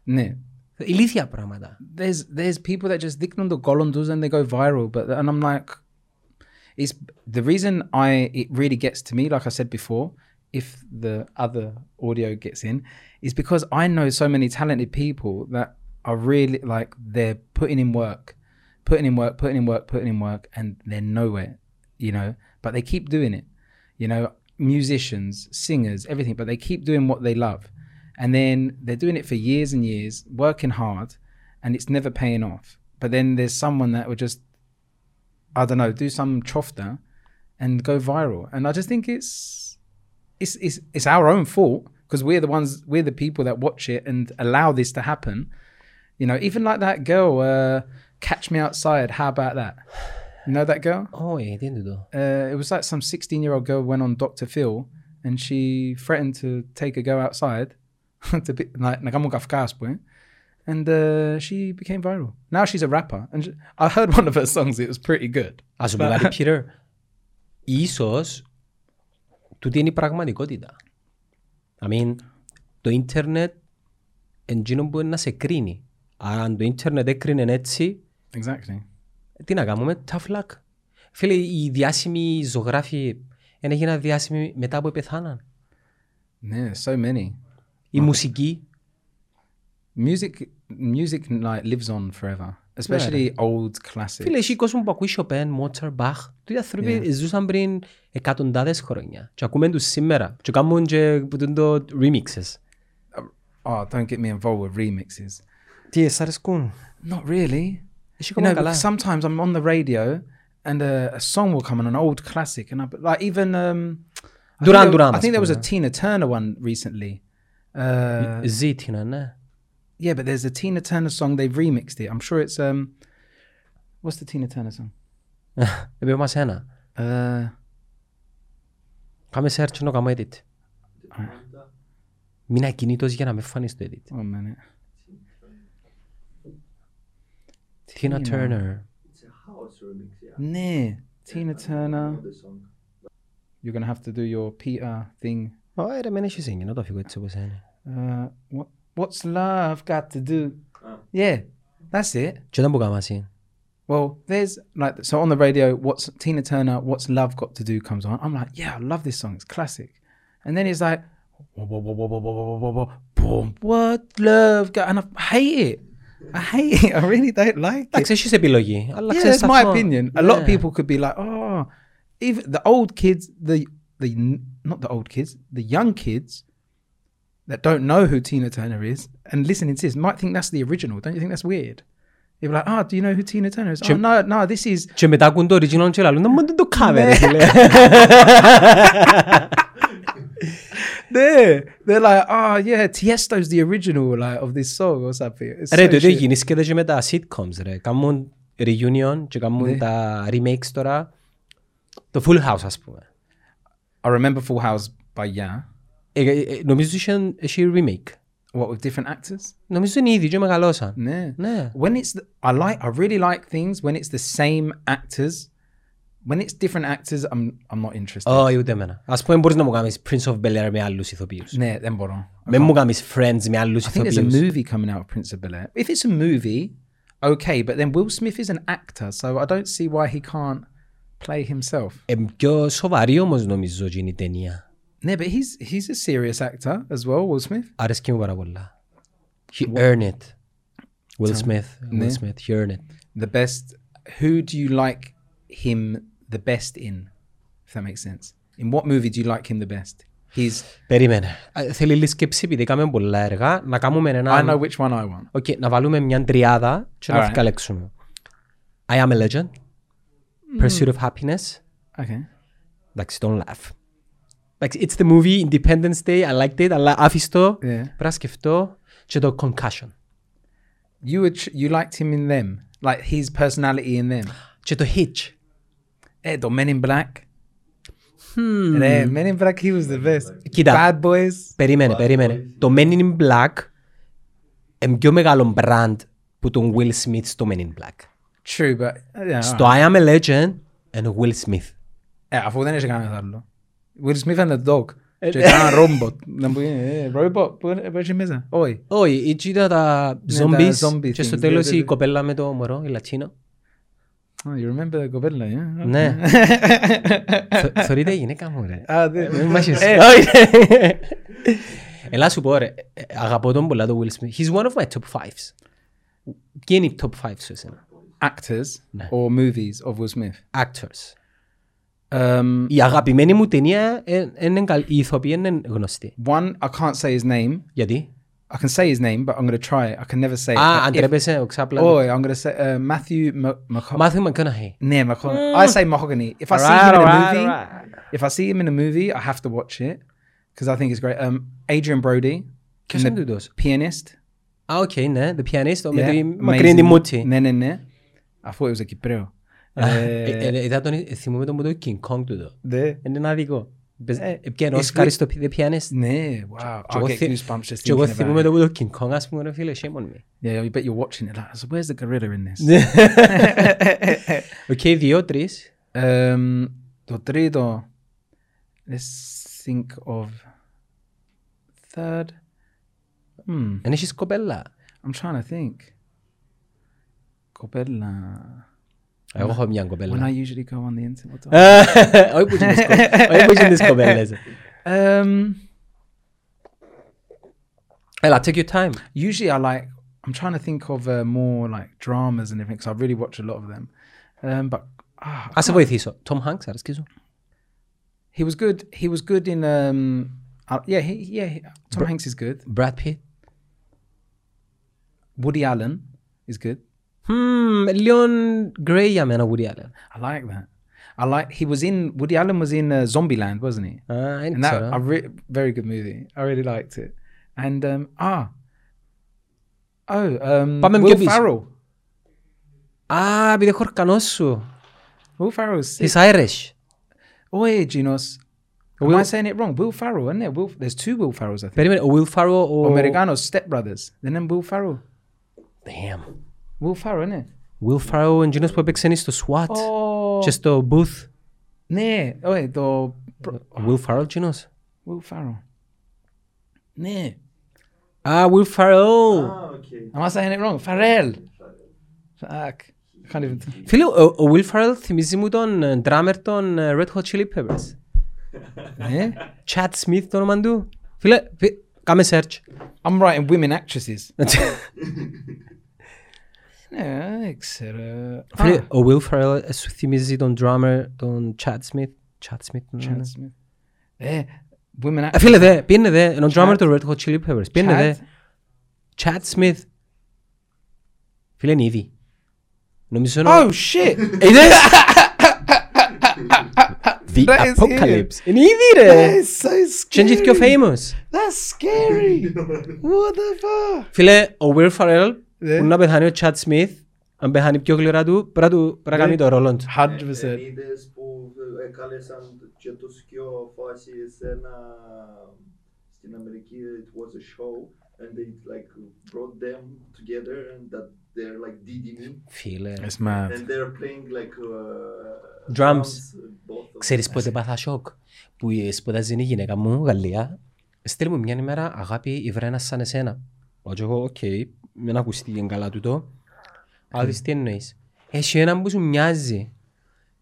Speaker 1: Ναι.
Speaker 3: Ηλίθια πράγματα.
Speaker 1: There's there's people that just δείχνουν το κόλλον τους and they go viral. But and I'm like, it's the reason I it really gets to me. Like I said before, if the other audio gets in, is because I know so many talented people that are really like they're putting in work, putting in work, putting in work, putting in work, and they're nowhere, you know. But they keep doing it, you know. Musicians, singers, everything, but they keep doing what they love, and then they're doing it for years and years, working hard, and it's never paying off. But then there's someone that would just, I don't know, do some chofta and go viral. And I just think it's it's it's, it's our own fault because we're the ones we're the people that watch it and allow this to happen. You know, even like that girl, uh, catch me outside. How about that? You know that girl?
Speaker 3: Όχι, τι είναι τούτο.
Speaker 1: Uh, it was like some 16 year old girl went on Dr. Phil and she threatened to take a go outside to be like Nagamu Kafkaspoe. eh?" And uh, she became viral. Now she's a rapper. And she, I heard one of her songs, it was pretty good.
Speaker 3: Ας σου πω κάτι, Peter. Ίσως, τούτη είναι η πραγματικότητα. I mean, το ίντερνετ είναι εκείνο που είναι να σε κρίνει. Άρα αν το ίντερνετ έκρινε έτσι,
Speaker 1: Exactly.
Speaker 3: τι να κάνουμε, tough luck. Φίλε, οι διάσημοι ζωγράφοι δεν έγιναν διάσημοι μετά που πεθάναν.
Speaker 1: Yeah, so many.
Speaker 3: Η μουσική,
Speaker 1: Music music like lives on forever. Especially old classics.
Speaker 3: φίλε, έχει κόσμο που ακούει Chopin, Mozart, Bach. Τούτοι άνθρωποι ζούσαν πριν εκατοντάδες χρόνια. Και ακούμε τους σήμερα. Και κάνουν και που τούν το remixes.
Speaker 1: Oh, don't get me involved with remixes.
Speaker 3: Τι, εσάς αρέσκουν.
Speaker 1: Not really.
Speaker 3: Έχει
Speaker 1: You know,
Speaker 3: ακόμα καλά.
Speaker 1: because sometimes I'm on the radio and a, a song will come on an old classic, and I like even um, I think
Speaker 3: Duran
Speaker 1: there-
Speaker 3: Duran,
Speaker 1: I think there was a
Speaker 3: yeah.
Speaker 1: Tina Turner one recently. Uh,
Speaker 3: Ζήτηνα, ναι.
Speaker 1: yeah, but there's a Tina Turner song they've remixed it. I'm sure it's um, what's the Tina Turner song?
Speaker 3: Επί μας ένα.
Speaker 1: Uh,
Speaker 3: Κάμε search να κάνω edit. Μην ακινήτως για να με φάνεις το edit.
Speaker 1: one minute.
Speaker 3: Tina Turner.
Speaker 5: It's a house remix, yeah.
Speaker 1: Nah, Tina
Speaker 5: I
Speaker 1: Turner.
Speaker 5: know the song.
Speaker 1: You're gonna have to do your Peter thing.
Speaker 3: Ωραία, ρε, μεν έχεις έγινε, να το αφήγω έτσι όπως είναι.
Speaker 1: Uh, what what's love got to do?
Speaker 5: Ah.
Speaker 1: Yeah, that's it.
Speaker 3: Και όταν που κάμας είναι.
Speaker 1: Well, there's like so on the radio. What's Tina Turner? What's love got to do? Comes on. I'm like, yeah, I love this song. It's classic. And then it's like, boom, what love got? And I hate it. I hate it. I really don't like it.
Speaker 3: Εντάξει, έχεις επιλογή. Αλλά
Speaker 1: Yeah,
Speaker 3: ξέρεις
Speaker 1: that's my
Speaker 3: αυτό.
Speaker 1: opinion. A lot of
Speaker 3: Yeah.
Speaker 1: people could be like, oh, even the old kids, the the not the old kids, the young kids that don't know who Tina Turner is and listening to this might think that's the original. Don't you think that's weird? They'd be like, oh, do you know who Tina Turner is? Oh, no, no, this is
Speaker 3: Και μετά ακούν το original και λαλούν, «Μα δεν το cover,
Speaker 1: Ναι.
Speaker 3: ρε, φίλε».
Speaker 1: there. They're like, oh yeah, Tiesto's the original like of this song or something. It's
Speaker 3: Ρε,
Speaker 1: so
Speaker 3: το ίδιο
Speaker 1: shit.
Speaker 3: γίνησκεται και με τα sitcoms, ρε. Κάμουν reunion και
Speaker 1: Ναι.
Speaker 3: κάμουν τα remakes τώρα. Το Full House, ας πούμε.
Speaker 1: I remember Full House by Yeah.
Speaker 3: Ε, ε, ε, Νομίζω είχε- είχε remake.
Speaker 1: What with different actors?
Speaker 3: Νομίζω είναι ήδη και μεγαλώσαν.
Speaker 1: Yeah.
Speaker 3: Ναι.
Speaker 1: when it's the, I like I really like things when it's the same actors. When it's different actors, I'm I'm not interested.
Speaker 3: Όχι, ούτε εμένα. Ας πούμε, μπορείς να μου κάνεις Prince of Bel-Air με άλλους ηθοποιούς.
Speaker 1: Nah, then bother. I
Speaker 3: Μην μου κάνεις Friends με άλλους
Speaker 1: think there's a
Speaker 3: ηθοποιούς.
Speaker 1: movie coming out of Prince of Bel Air. If it's a movie, okay, but then Will Smith is an actor, so I don't see why he can't play himself.
Speaker 3: Ε, πιο σοβαρή όμως νομίζω γίνει η ταινία.
Speaker 1: Yeah, but he's he's a serious actor as well, Will Smith.
Speaker 3: Αρέσκει μου πάρα πολλά. He earned it. Will Smith. Will Smith. He earned it.
Speaker 1: The best who do you like him the best in? If that makes sense. In what movie do you like him the best? He's
Speaker 3: Περίμενε. Ε, Θέλει λίγη σκέψη επειδή κάνουμε πολλά έργα. Να κάνουμε
Speaker 1: I know
Speaker 3: ένα.
Speaker 1: which one I want.
Speaker 3: Okay, να βάλουμε μια τριάδα και να
Speaker 1: Alright.
Speaker 3: διαλέξουμε. I am a legend. Pursuit of happiness.
Speaker 1: Okay.
Speaker 3: Εντάξει, don't laugh. Εντάξει, it's the movie Independence Day. I liked it. Αλλά άφηστο. Πρέπει
Speaker 1: Yeah.
Speaker 3: να σκεφτώ. Και το concussion.
Speaker 1: You would ch- you liked him in them. Like his personality in them.
Speaker 3: Και το hitch.
Speaker 1: Eh, the Men in Black. Hmm. Ρε, Men in Black, he was the best.
Speaker 3: Κοίτα.
Speaker 1: Bad Boys.
Speaker 3: Περίμενε, περίμενε. Το Men in Black είναι πιο μεγάλο brand που τον Will Smith στο Men in Black.
Speaker 1: True, but... Yeah,
Speaker 3: Στο I Am a Legend είναι ο Will Smith.
Speaker 1: Ε, αφού δεν είχε κανένας άλλο. Will Smith and the Dog. Και κάνα ρόμποτ. Να μου γίνει, ε, ρόμποτ, που είναι- που έχει μέσα. Όχι.
Speaker 3: Όχι, έτσι ήταν τα
Speaker 1: Ναι,
Speaker 3: zombies
Speaker 1: τα zombie
Speaker 3: και στο
Speaker 1: things,
Speaker 3: τέλος
Speaker 1: ναι, ναι,
Speaker 3: η
Speaker 1: ναι.
Speaker 3: κοπέλα με το μωρό, η Λατσίνο.
Speaker 1: Oh, you remember the κοπέλα, yeah?
Speaker 3: Ναι. Θο- Θεωρείται η γυναίκα μου, ρε.
Speaker 1: Α, δεν-
Speaker 3: Ε, μ' άρχισε. Όχι, ρε. Ελά σου πω, ρε. ε, Αγαπώ τον πολλά τον Will Smith. He's one of my top fives. Ποιοι είναι οι top five σου εσένα.
Speaker 1: Actors
Speaker 3: Ναι.
Speaker 1: or movies of Will Smith.
Speaker 3: Actors.
Speaker 1: Um,
Speaker 3: Η αγαπημένη μου ταινία ε, είναι καλ- η ηθοποιία είναι γνωστή.
Speaker 1: one, I can't say his name.
Speaker 3: Γιατί?
Speaker 1: I can say his name, but I'm going to try it. I can never say it.
Speaker 3: Α, αν
Speaker 1: If-
Speaker 3: τρέπεσαι, ο ξάπλα.
Speaker 1: Oh, I'm going to say uh, Matthew Ma- Maca-
Speaker 3: Μάθει McConaughey.
Speaker 1: Nah, Mahogany. I say Mahogany. If I see him
Speaker 3: Mm. Alright,
Speaker 1: in a
Speaker 3: alright,
Speaker 1: movie,
Speaker 3: alright.
Speaker 1: if I see him in a movie, I have to watch it because I think it's great. Um, Adrian Brody,
Speaker 3: Ποιος
Speaker 1: Ναι.
Speaker 3: είναι τούτος?
Speaker 1: pianist.
Speaker 3: Α, οκ, ναι, the pianist, με
Speaker 1: Yeah,
Speaker 3: τη
Speaker 1: amazing.
Speaker 3: μακρινή τη μούτη.
Speaker 1: Ναι, ναι, ναι. I thought it was a Uh, Cypriot.
Speaker 3: Ε,
Speaker 1: Ε,
Speaker 3: ε, Είδα τον, ε, θυμούμαι τον που το King Kong τούτο.
Speaker 1: ναι.
Speaker 3: Είναι ένα δικό.
Speaker 1: Ε,
Speaker 3: Επιέν
Speaker 1: it's
Speaker 3: Όσκαρ
Speaker 1: weird.
Speaker 3: στο The Pianist.
Speaker 1: Ναι, wow.
Speaker 3: εγώ
Speaker 1: I get
Speaker 3: θυ-
Speaker 1: goosebumps just
Speaker 3: Και εγώ
Speaker 1: thinking
Speaker 3: θυμούμαι
Speaker 1: about it.
Speaker 3: τον που το King Kong, ας πούμε, ρε φίλε, shame on me.
Speaker 1: Yeah, you bet you're watching it like, so where's the gorilla in this?
Speaker 3: Οκ, δύο, τρεις.
Speaker 1: Um, το τρίτο. Let's think of third. Hmm.
Speaker 3: Εν έχεις κοπέλα.
Speaker 1: I'm trying to think. Κοπέλα.
Speaker 3: Εγώ έχω μια
Speaker 1: When I
Speaker 3: κοπέλα.
Speaker 1: usually go on the internet. What do I...
Speaker 3: Ε, Όχι που είναι τις κο- όχι που είναι τις κοπέλες.
Speaker 1: Um,
Speaker 3: Έλα, take your time.
Speaker 1: usually I like. I'm trying to think of uh, more like dramas and everything because I really watch a lot of them. Um, but ah,
Speaker 3: Ας σε βοηθήσω. Tom Hanks, αρέσκει σου.
Speaker 1: he was good. He was good in. Um, uh, yeah, he, yeah. he- Tom Hanks is good.
Speaker 3: Brad Pitt.
Speaker 1: Woody Allen is good.
Speaker 3: Hmm, λίγο γκρέι για μένα, Woody Allen.
Speaker 1: I like that. I like. He was in. Woody Allen was in uh, Zombieland, wasn't he?
Speaker 3: Α, δεν
Speaker 1: And that a
Speaker 3: ξέρω.
Speaker 1: re- very good movie. I really liked it. And um, ah, oh, um,
Speaker 3: Πάμε
Speaker 1: Will
Speaker 3: πιο πίσω.
Speaker 1: Farrell.
Speaker 3: Α, επειδή έχω οργανώσει σου.
Speaker 1: Will Farrell is
Speaker 3: He's
Speaker 1: sick.
Speaker 3: Irish.
Speaker 1: Oi, Genos. Am I
Speaker 3: Will-
Speaker 1: saying it wrong? Will Farrell, isn't it? Will, there's two Will Farrells, I think.
Speaker 3: Περίμενε, ο Will Farrell ο...
Speaker 1: Americanos, Step Brothers. Then them Will Farrell.
Speaker 3: Damn.
Speaker 1: Will Farrell, isn't it?
Speaker 3: Will Farrell ο εγγύνος που έπαιξε στο SWAT
Speaker 1: Oh,
Speaker 3: και στο Booth.
Speaker 1: ναι. Όχι, το
Speaker 3: Ο Will Farrell εγγύνος.
Speaker 1: Will Farrell. Ναι.
Speaker 3: Α, Will Farrell.
Speaker 5: Ah, okay.
Speaker 1: Am I saying it wrong? Farrell. Fuck. I can't even.
Speaker 3: Φίλε, ο, ο Will Farrell θυμίζει μου τον ε, drummer των ε, Red Hot Chili Peppers.
Speaker 1: Ναι.
Speaker 3: Chad Smith το όνομα του. Φίλε, φι- κάμε search.
Speaker 1: I'm writing women actresses. Ναι, δεν ξέρω.
Speaker 3: Φίλε,
Speaker 1: Α,
Speaker 3: ο Will Farrell ε, σου θυμίζει τον drummer τον Chad Smith. Chad Smith. ναι, ναι.
Speaker 1: Chad Smith. Ε, women
Speaker 3: Ε,
Speaker 1: actresses.
Speaker 3: Φίλε δε, πήγαινε δε, ενώ drummer
Speaker 1: Chad.
Speaker 3: του Red Hot Chili Peppers, πήγαινε
Speaker 1: Chad.
Speaker 3: δε. Chad Smith. Φίλε είναι ήδη. Νομίζω είναι...
Speaker 1: Oh shit!
Speaker 3: Είδες! The
Speaker 1: That is
Speaker 3: Apocalypse. Είναι ήδη ρε!
Speaker 1: It's so
Speaker 3: Και είναι και πιο
Speaker 1: scary.
Speaker 3: famous.
Speaker 1: That's scary. What the fuck?
Speaker 3: Φίλε, ο Will Ferrell,
Speaker 1: Ναι.
Speaker 3: που να πεθάνει ο Chad Smith, αν πεθάνει πιο γλυρά του, πρέπει να του- πρέπει να κάνει
Speaker 1: Ναι.
Speaker 3: το ρόλο του.
Speaker 1: 100%.
Speaker 5: Είδες που έκαλεσαν και τους δυο φάσεις σε ένα... Στην Αμερική, it was a show and they like brought them together and that they're like DDM
Speaker 3: Φίλε,
Speaker 1: It's mad.
Speaker 5: and they're playing like uh,
Speaker 3: Drums.
Speaker 5: both of
Speaker 3: Ξέρεις πότε πάθα σοκ που ε, σπουδάζει η γυναίκα μου, Γαλλία. Στείλ μου μια ημέρα, αγάπη, η Βρένα σαν εσένα. Όχι εγώ, οκ, μην ακουστήκε καλά τούτο. Αλλά δεις τι εννοείς. Έχει έναν που σου μοιάζει.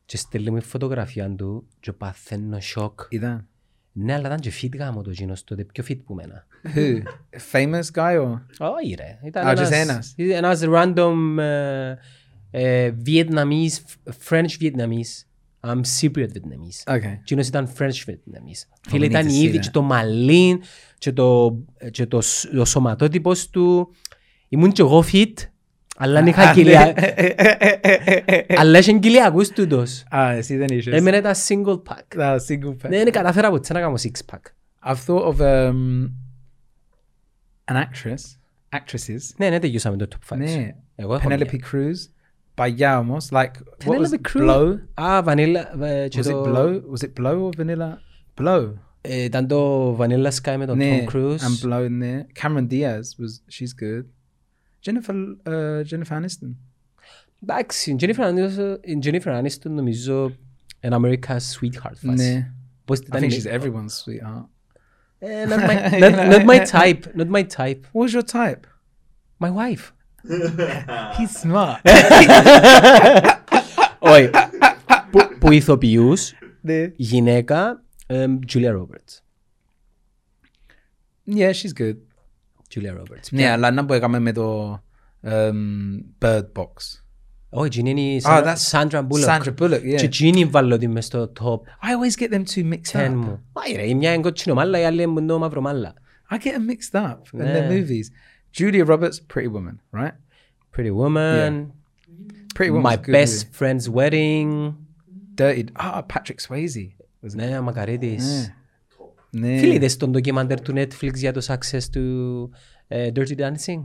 Speaker 3: Και στείλει μου η φωτογραφία του και παθαίνω σοκ.
Speaker 1: Είδα.
Speaker 3: Ναι, αλλά ήταν και fit γάμο το γίνος τότε, πιο fit που μένα.
Speaker 1: Who? A famous guy or?
Speaker 3: Όχι ρε, ήταν
Speaker 1: Α, και
Speaker 3: ένας,
Speaker 1: σε
Speaker 3: ένας. ένας random ε, ε, Vietnamese, French Vietnamese I'm Cypriot Vietnamese.
Speaker 1: Okay.
Speaker 3: Εκείνο ήταν French Vietnamese.
Speaker 1: we
Speaker 3: Φίλε,
Speaker 1: need
Speaker 3: ήταν
Speaker 1: to
Speaker 3: οι
Speaker 1: see
Speaker 3: ίδιοι
Speaker 1: that.
Speaker 3: και το μαλλίν και το, και το, σ- ο σωματότυπος του. Ήμουν και εγώ fit, αλλά αν
Speaker 1: Ah.
Speaker 3: είχα κοιλιά.
Speaker 1: ναι.
Speaker 3: αλλά είχε κοιλιακούς τούτος.
Speaker 1: Ah, I see, then you should.
Speaker 3: Έμενε τα single pack.
Speaker 1: That was single pack.
Speaker 3: Ναι, δεν κατάφερα ποτέ να κάνω six pack.
Speaker 1: I've thought of um, an actress, actresses.
Speaker 3: Ναι, ναι, τελειώσαμε το top 5.
Speaker 1: Ναι.
Speaker 3: Εγώ έχω
Speaker 1: Penelope
Speaker 3: μια.
Speaker 1: Cruz by Yamos. Like what was
Speaker 3: Penelope Cruz.
Speaker 1: Blow?
Speaker 3: Α, Vanilla. ε, και
Speaker 1: Was it
Speaker 3: το-
Speaker 1: Blow? Was it Blow or Vanilla? Blow.
Speaker 3: ε, Ήταν το Vanilla Sky με τον Tom
Speaker 1: Near
Speaker 3: Cruise.
Speaker 1: and Ναι, Blow in there. Cameron Diaz was she's good. Jennifer uh, Jennifer Aniston.
Speaker 3: Εντάξει, η Jennifer Aniston- η Jennifer Aniston νομίζω είναι America's sweetheart φάση.
Speaker 1: Nah.
Speaker 3: Πώς
Speaker 1: I
Speaker 3: ήταν
Speaker 1: think
Speaker 3: η-
Speaker 1: she's everyone's sweetheart.
Speaker 3: Eh, not my, not, not my type. Not my type.
Speaker 1: What's your type?
Speaker 3: My wife.
Speaker 1: He's smart.
Speaker 3: Όχι. που, που ηθοποιούς,
Speaker 1: yeah.
Speaker 3: γυναίκα, εμ, Julia Roberts.
Speaker 1: yeah, she's good.
Speaker 3: Julia Roberts.
Speaker 1: Ναι, αλλά να μπορέσαμε με το um, Bird Box.
Speaker 3: Όχι, εκείνη είναι η
Speaker 1: Ah,
Speaker 3: Sandra,
Speaker 1: that's-
Speaker 3: Sandra Bullock.
Speaker 1: Sandra Bullock,
Speaker 3: Και
Speaker 1: yeah.
Speaker 3: εκείνη βάλω τη μες στο top
Speaker 1: I always get them two mixed
Speaker 3: 10
Speaker 1: up.
Speaker 3: μου. Πάει ρε, η μια είναι κοτσινομάλα, η άλλη είναι μόνο μαυρομάλα.
Speaker 1: I get them mixed up in
Speaker 3: Yeah.
Speaker 1: their movies. Julia Roberts, Pretty Woman, right?
Speaker 3: Pretty Woman,
Speaker 1: Pretty Woman.
Speaker 3: My Best Friend's Wedding,
Speaker 1: Dirty. Ah, Patrick Swayze. Was
Speaker 3: ναι, ο Μακαρίτης.
Speaker 1: Ναι. Ναι.
Speaker 3: Φίλοι, είδες τον ντοκιμαντέρ του Netflix για το success του ε, Dirty Dancing.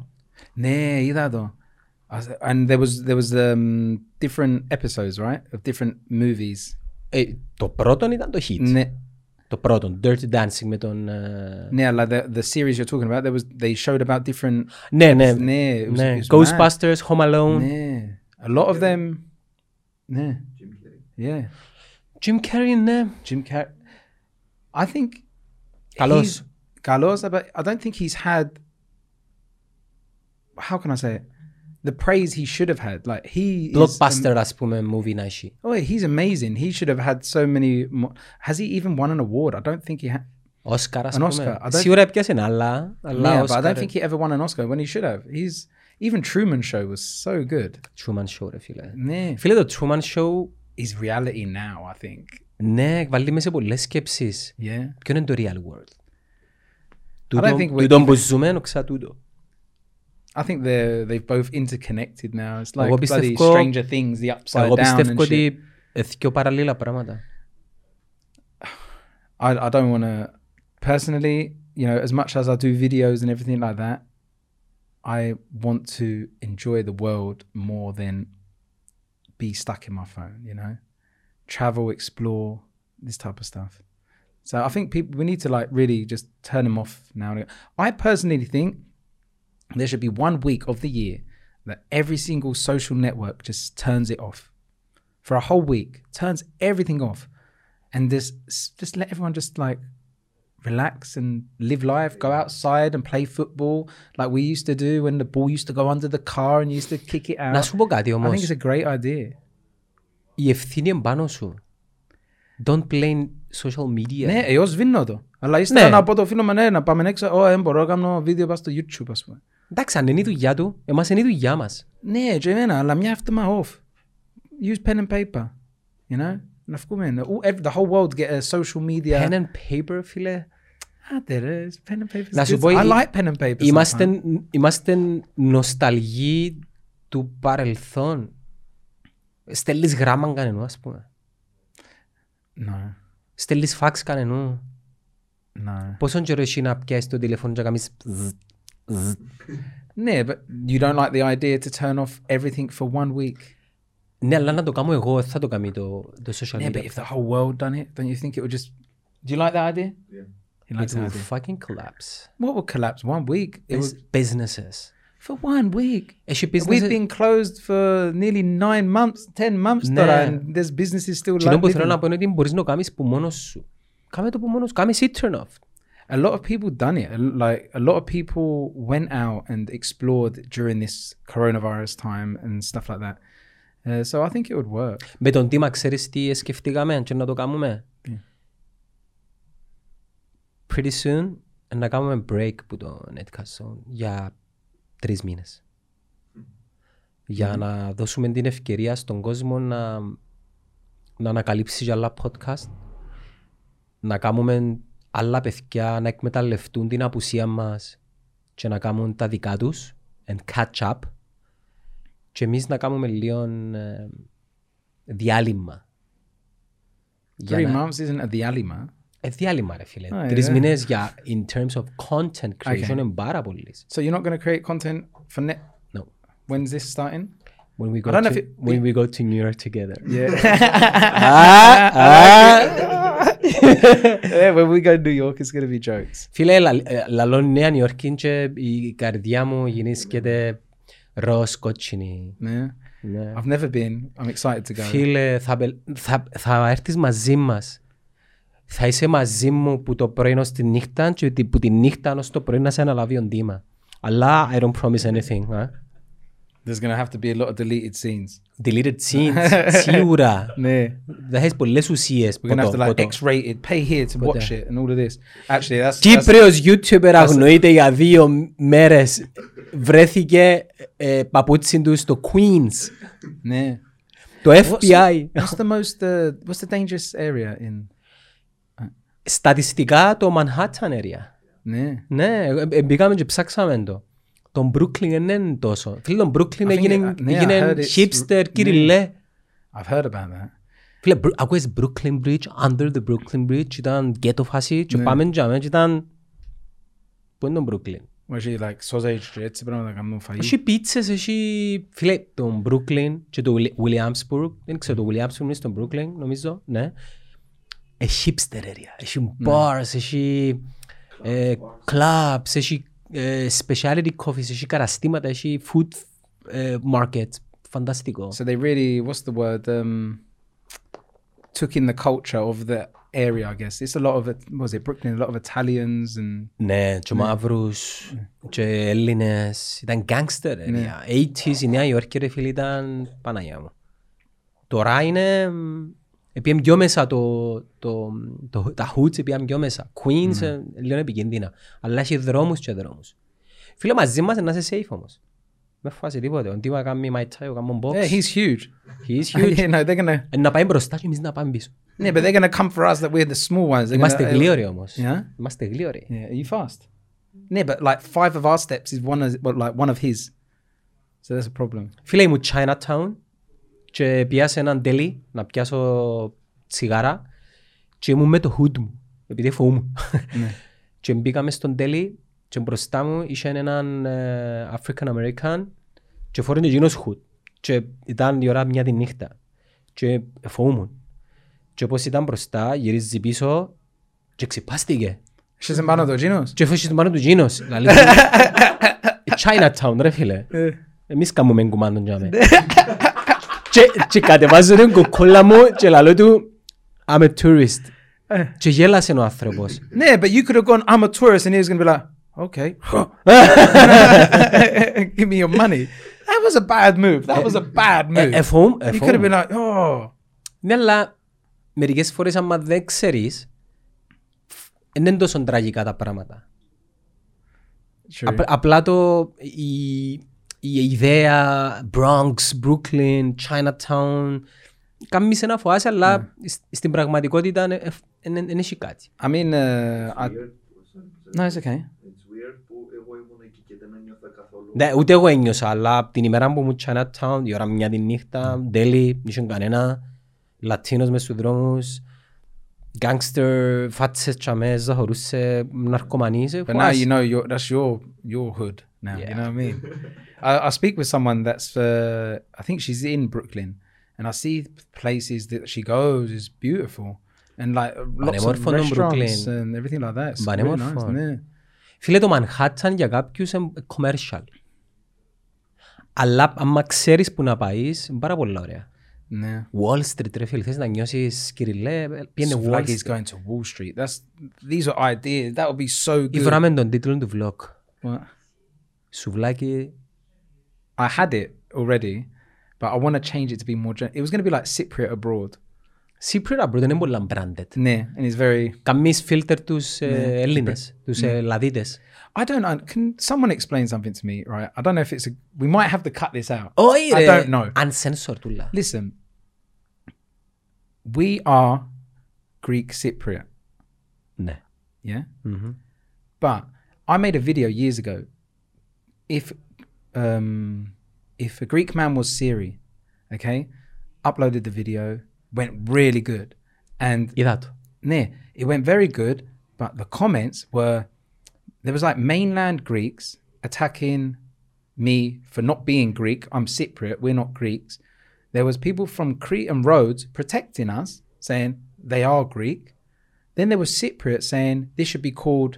Speaker 1: Ναι, είδα το. I was- And there was there was um, different episodes, right? Of different movies.
Speaker 3: Ε, Το πρώτο ήταν το hit.
Speaker 1: Ναι,
Speaker 3: Το πρώτο, Dirty Dancing με τον... ε,
Speaker 1: ναι, αλλά the, the series you're talking about, there was they showed about different.
Speaker 3: Ναι, ναι.
Speaker 1: Ναι, it was-
Speaker 3: ναι.
Speaker 1: it was mad.
Speaker 3: Ghostbusters, Home Alone.
Speaker 1: Ναι, a lot of them. Ναι,
Speaker 5: Jim Carrey.
Speaker 1: yeah.
Speaker 3: Jim Carrey, ναι.
Speaker 1: Jim Carrey. I think.
Speaker 3: Καλός.
Speaker 1: he's- Καλός, but I don't think he's had. How can I say it? The praise he should have had. Like he is am-
Speaker 3: Blockbuster, ας πούμε, movie να έχει.
Speaker 1: Oh, he's amazing. He should have had so many. More. Has he even won an award? I don't think he had.
Speaker 3: Oscar, ας
Speaker 1: An
Speaker 3: πούμε.
Speaker 1: Oscar. Ναι, I don't-
Speaker 3: Σίγουρα έπιασε ένα, αλλά... αλλά
Speaker 1: yeah, but I
Speaker 3: Oscar-
Speaker 1: don't think he ever won an Oscar when he should have. He's even Truman Show was so good.
Speaker 3: Truman Show, ρε φίλε.
Speaker 1: Yeah,
Speaker 3: Φίλε, το Truman Show,
Speaker 1: he's reality now. I think.
Speaker 3: ναι, βάλει μέσα πολλές σκέψεις.
Speaker 1: Yeah,
Speaker 3: Ποιο είναι το real world.
Speaker 1: don't think we-
Speaker 3: Τούτο που ζούμε, ενώξα τούτο.
Speaker 1: I think they're they've both interconnected now. It's like
Speaker 3: Εγώ
Speaker 1: bloody
Speaker 3: πιστεύω-
Speaker 1: Stranger Things, the upside
Speaker 3: Εγώ
Speaker 1: down and
Speaker 3: πιστεύω
Speaker 1: shit.
Speaker 3: ότι ε, δυο παραλλήλα πράγματα.
Speaker 1: I I don't want to personally. You know, as much as I do videos and everything like that, I want to enjoy the world more than be stuck in my phone. You know, travel, explore this type of stuff. So I think people we need to like really just turn them off now. and again. I personally think there should be one week of the year that every single social network just turns it off for a whole week, turns everything off, and just just let everyone just like relax and live life, go outside and play football like we used to do when the ball used to go under the car and you used to kick it out.
Speaker 3: Να σου πω κάτι
Speaker 1: I think
Speaker 3: όμως.
Speaker 1: it's a great idea.
Speaker 3: Η ευθύνη εμπάνω σου. Don't blame social media.
Speaker 1: Ναι, εγώ σβήνω το. Αλλά ύστερα
Speaker 3: Ναι.
Speaker 1: να πω το φίλο μου, ναι, να πάμε έξω. Ω, ε, μπορώ να κάνω βίντεο πας στο YouTube, ας πούμε.
Speaker 3: Εντάξει, αν είναι η δουλειά του, εμάς είναι η δουλειά μας.
Speaker 1: Ναι, και εμένα, αλλά μια αυτομα off. Use pen and paper. You know? Να βγούμε. All- ev- The whole world get a social media.
Speaker 3: Pen and paper, φίλε.
Speaker 1: Άντε ρε, pen and paper. is
Speaker 3: Να σου
Speaker 1: good.
Speaker 3: πω,
Speaker 1: I
Speaker 3: η-
Speaker 1: like pen and paper. sometimes.
Speaker 3: Είμαστε, είμαστε νοσταλγοί του παρελθόν. Στέλνεις γράμμα κανενού, ας πούμε.
Speaker 1: No,
Speaker 3: Στέλνεις φάξ κανενού.
Speaker 1: no.
Speaker 3: Πόσον καιρό εσύ να πιάσεις το τηλέφωνο και να κάνεις ζζ, ζζ.
Speaker 1: Ναι, but you don't like the idea to turn off everything for one week.
Speaker 3: Ναι, αλλά να το κάνω εγώ, δεν θα το κάνει το, το social
Speaker 1: Yeah,
Speaker 3: media.
Speaker 1: but if the whole world done it, don't you think it would just... Do you like that idea?
Speaker 5: Yeah.
Speaker 1: He
Speaker 3: It
Speaker 1: likes that
Speaker 3: will
Speaker 1: idea.
Speaker 3: fucking collapse.
Speaker 1: What would collapse? One week? It
Speaker 3: Bus-
Speaker 1: would...
Speaker 3: Businesses.
Speaker 1: For one week?
Speaker 3: Έχει
Speaker 1: We've
Speaker 3: businesses.
Speaker 1: been closed for nearly nine months, ten months
Speaker 3: Ναι.
Speaker 1: τώρα, and there's businesses still
Speaker 3: Τι
Speaker 1: like
Speaker 3: που θέλω να
Speaker 1: living.
Speaker 3: πω είναι ότι μπορείς να το κάνεις που μόνος σου. Κάμε το που μόνος σου. Κάμε sit turn off.
Speaker 1: A lot of people done it. Like a lot of people went out and explored during this coronavirus time and stuff like that. Uh, so I think it would work.
Speaker 3: Με τον Τίμα ξέρεις τι σκεφτήκαμε και να το κάνουμε.
Speaker 1: Τι?
Speaker 3: Pretty soon να κάνουμε break που το Netcast Zone για τρεις μήνες. Για να δώσουμε την ευκαιρία στον κόσμο να να ανακαλύψει για άλλα podcast, να κάνουμε άλλα παιδιά να εκμεταλλευτούν την απουσία μας και να κάνουν τα δικά τους and catch up και εμείς να κάνουμε λίγο ε, διάλειμμα. Για
Speaker 1: Three
Speaker 3: να-
Speaker 1: months isn't a διάλειμμα.
Speaker 3: ε, διάλειμμα ρε φίλε.
Speaker 1: Α,
Speaker 3: Τρεις
Speaker 1: ε.
Speaker 3: μήνες για in terms of content creation
Speaker 1: Okay.
Speaker 3: είναι πάρα πολλής.
Speaker 1: So you're not going to create content for net?
Speaker 3: No.
Speaker 1: When's this starting?
Speaker 3: When we go,
Speaker 1: I don't know
Speaker 3: to,
Speaker 1: if it-
Speaker 3: when we go to New York together.
Speaker 1: Yeah. yeah, when we go to New York, it's going to be jokes.
Speaker 3: Φίλε, λα- ε, λαλώ Νέα Νιόρκη και η καρδιά μου γινήσκεται ροζ κότσινη.
Speaker 1: Yeah.
Speaker 3: Ναι.
Speaker 1: I've never been. I'm excited to go.
Speaker 3: Φίλε, θα, μπε- θα, θα έρθεις μαζί μας. Θα είσαι μαζί μου που το πρωί ως τη νύχτα και ότι- που τη νύχτα ως το πρωί να σε αναλάβει ο Ντίμα. Αλλά I don't promise anything. α.
Speaker 1: There's going to have to be a lot of deleted scenes.
Speaker 3: Deleted scenes, σίγουρα.
Speaker 1: Yeah.
Speaker 3: Θα έχεις πολλές ουσίες.
Speaker 1: We're going to have
Speaker 3: ποτό,
Speaker 1: to like
Speaker 3: ποτό.
Speaker 1: X-rated, pay here to watch it and all of this. Actually, that's... that's-
Speaker 3: Κύπριος YouTuber αγνοείται για δύο μέρες. Βρέθηκε ε, παπούτσι του στο Queens.
Speaker 1: yeah.
Speaker 3: Το
Speaker 1: What's
Speaker 3: FBI.
Speaker 1: the- What's the most... Uh, what's the dangerous area in...
Speaker 3: Στατιστικά το Manhattan area.
Speaker 1: Yeah.
Speaker 3: Ναι, ε, ε, μπήκαμε και ψάξαμε το. Το Brooklyn δεν είναι τόσο. Φίλε, το Brooklyn
Speaker 1: I think
Speaker 3: έγινε,
Speaker 1: it- ναι, I
Speaker 3: έγινε
Speaker 1: heard it's-
Speaker 3: hipster,
Speaker 1: ναι.
Speaker 3: κυριλέ.
Speaker 1: I've heard about that.
Speaker 3: Φίλε, Bru- ακούες Brooklyn Bridge, under the Brooklyn Bridge, ήταν ghetto φάση
Speaker 1: Ναι.
Speaker 3: και πάμε τζάμε και ήταν... Πού είναι το Brooklyn.
Speaker 1: Where she like sausage, έτσι πράγματα κάνουν φαγή.
Speaker 3: Έχει πίτσες, έχει... Φίλε, το Brooklyn και το Willi- Williamsburg, δεν ξέρω, το Williamsburg είναι στο Brooklyn, νομίζω, ναι. Έχει hipster area, έχει bars, έχει ε, clubs, έχει ε, specialty coffees, έχει καταστήματα, έχει food ε, markets. Φανταστικό.
Speaker 1: So they really, what's the word? Um, took in the culture of the area, I guess. It's a lot of, what was it Brooklyn? A lot of Italians and
Speaker 3: Ναι, και μαύρους και Έλληνες. Ήταν gangster area. 80s η Νέα Υόρκη ρε φίλοι ήταν Παναγιά μου. Τώρα είναι... μ, Επίεμ πιο μέσα το, το, το, τα hoods επίεμ πιο μέσα. Queens ε, λίγο επικίνδυνα. Αλλά έχει δρόμους και δρόμους. Φίλε μαζί μας είναι να είσαι safe όμως. Με φάση τίποτε. Ο Ντίμα κάνει my time, κάνει box.
Speaker 1: yeah, he's huge.
Speaker 3: He is huge.
Speaker 1: you know, they're gonna,
Speaker 3: Ε, Να πάει μπροστά και εμείς να πάμε πίσω.
Speaker 1: yeah, but they're gonna come for us that we're the small ones. They're
Speaker 3: Είμαστε
Speaker 1: gonna-
Speaker 3: γλίωροι όμως.
Speaker 1: Yeah?
Speaker 3: Είμαστε γλίωροι.
Speaker 1: Yeah, are you fast? Yeah, but like five of our steps is one of, well, like one of his. So that's a problem.
Speaker 3: Φίλε μου Chinatown και πιάσε έναν τέλει να πιάσω τσιγάρα και ήμουν με το hood μου, επειδή φοβούμουν. και μπήκαμε στον τέλει και μπροστά μου είχε έναν ε, African American και φορούσε εκείνος hood. Και ήταν η ώρα μια τη νύχτα και φοβούμουν. Και όπως ήταν μπροστά γυρίζει πίσω και ξυπάστηκε.
Speaker 1: She's in Banado, do you know?
Speaker 3: Και φέσεις τον πάνω του γίνος. Δηλαδή, Chinatown ρε φίλε. Εμείς κάνουμε κουμάντον για μένα. Και- Και κατεβάζω την κοκκόλα μου και λαλώ του I'm a tourist. Και γέλασε ο άνθρωπος.
Speaker 1: Yeah, but you could have gone, I'm a tourist, and he was gonna be like, okay, give me your money. That was a bad move. That was a bad
Speaker 3: Ε,
Speaker 1: move.
Speaker 3: Εφόμουν.
Speaker 1: you could have been like, oh,
Speaker 3: Ναι, αλλά μερικές φορές άμα δεν ξέρεις, δεν είναι τόσο τραγικά τα πράγματα.
Speaker 1: true.
Speaker 3: Απ- απλά το, η, η ιδέα Bronx, Brooklyn, Chinatown κάνει σε να φοάσαι, αλλά σ- στην πραγματικότητα δεν έχει κάτι.
Speaker 1: I mean, uh, I,
Speaker 5: Weird.
Speaker 1: no, it's okay.
Speaker 5: It's weird που εγώ ήμουν εκεί και δεν ένιωθα καθόλου.
Speaker 3: Ναι, ούτε εγώ ένιωσα, αλλά από την ημέρα που ήμουν Chinatown, η ώρα μια τη νύχτα, Ντέλη, δεν κανένα, Λατίνος μες στους δρόμους, γκάγκστερ, φάτσες, τσαμές, ζαχορούσες, ναρκωμανείς,
Speaker 1: But now
Speaker 3: φοάσαι.
Speaker 1: you know your that's your your hood now. You know what I mean? I, I speak with someone that's uh, I think she's in Brooklyn, and I see places that she goes is beautiful, and like uh, lots of
Speaker 3: Πανέμορφο τον
Speaker 1: restaurants
Speaker 3: Brooklyn.
Speaker 1: and everything like that. It's really nice,
Speaker 3: Πανέμορφο.
Speaker 1: yeah.
Speaker 3: Φίλε, το Manhattan για κάποιους είναι commercial. Αλλά άμα ξέρεις που να πάεις, είναι πάρα πολύ ωραία.
Speaker 1: Yeah.
Speaker 3: Wall Street, ρε φίλε, θες να νιώσεις κυριλέ, πήγαινε Wall
Speaker 1: Swaggy's
Speaker 3: Street.
Speaker 1: going to Wall Street. That's these are ideas. That would be so good.
Speaker 3: Ήβραμε τον τίτλο του vlog.
Speaker 1: What?
Speaker 3: Σουβλάκι,
Speaker 1: I had it already, but I want to change it to be more. Gen- it was going to be like Cypriot abroad.
Speaker 3: Cypriot abroad είναι πολλά branded.
Speaker 1: Yeah, and it's very.
Speaker 3: Καμίς φίλτερ τους ε, Έλληνες, τους ε, Ελλαδίτες.
Speaker 1: I don't know. Can someone explain something to me? Right. I don't know if it's a. We might have to cut this out.
Speaker 3: Όχι
Speaker 1: I
Speaker 3: ρε,
Speaker 1: don't know.
Speaker 3: uncensored τούλα.
Speaker 1: Listen, we are Greek Cypriot,
Speaker 3: Ναι.
Speaker 1: yeah?
Speaker 3: Μμμ.
Speaker 1: But I made a video years ago. If um, if a Greek man was Siri, okay, uploaded the video, went really good, and
Speaker 3: Είδα το.
Speaker 1: yeah, it went very good. But the comments were there was like mainland Greeks attacking me for not being Greek. I'm Cypriot. We're not Greeks. There was people from Crete and Rhodes protecting us, saying they are Greek. Then there was Cypriot saying this should be called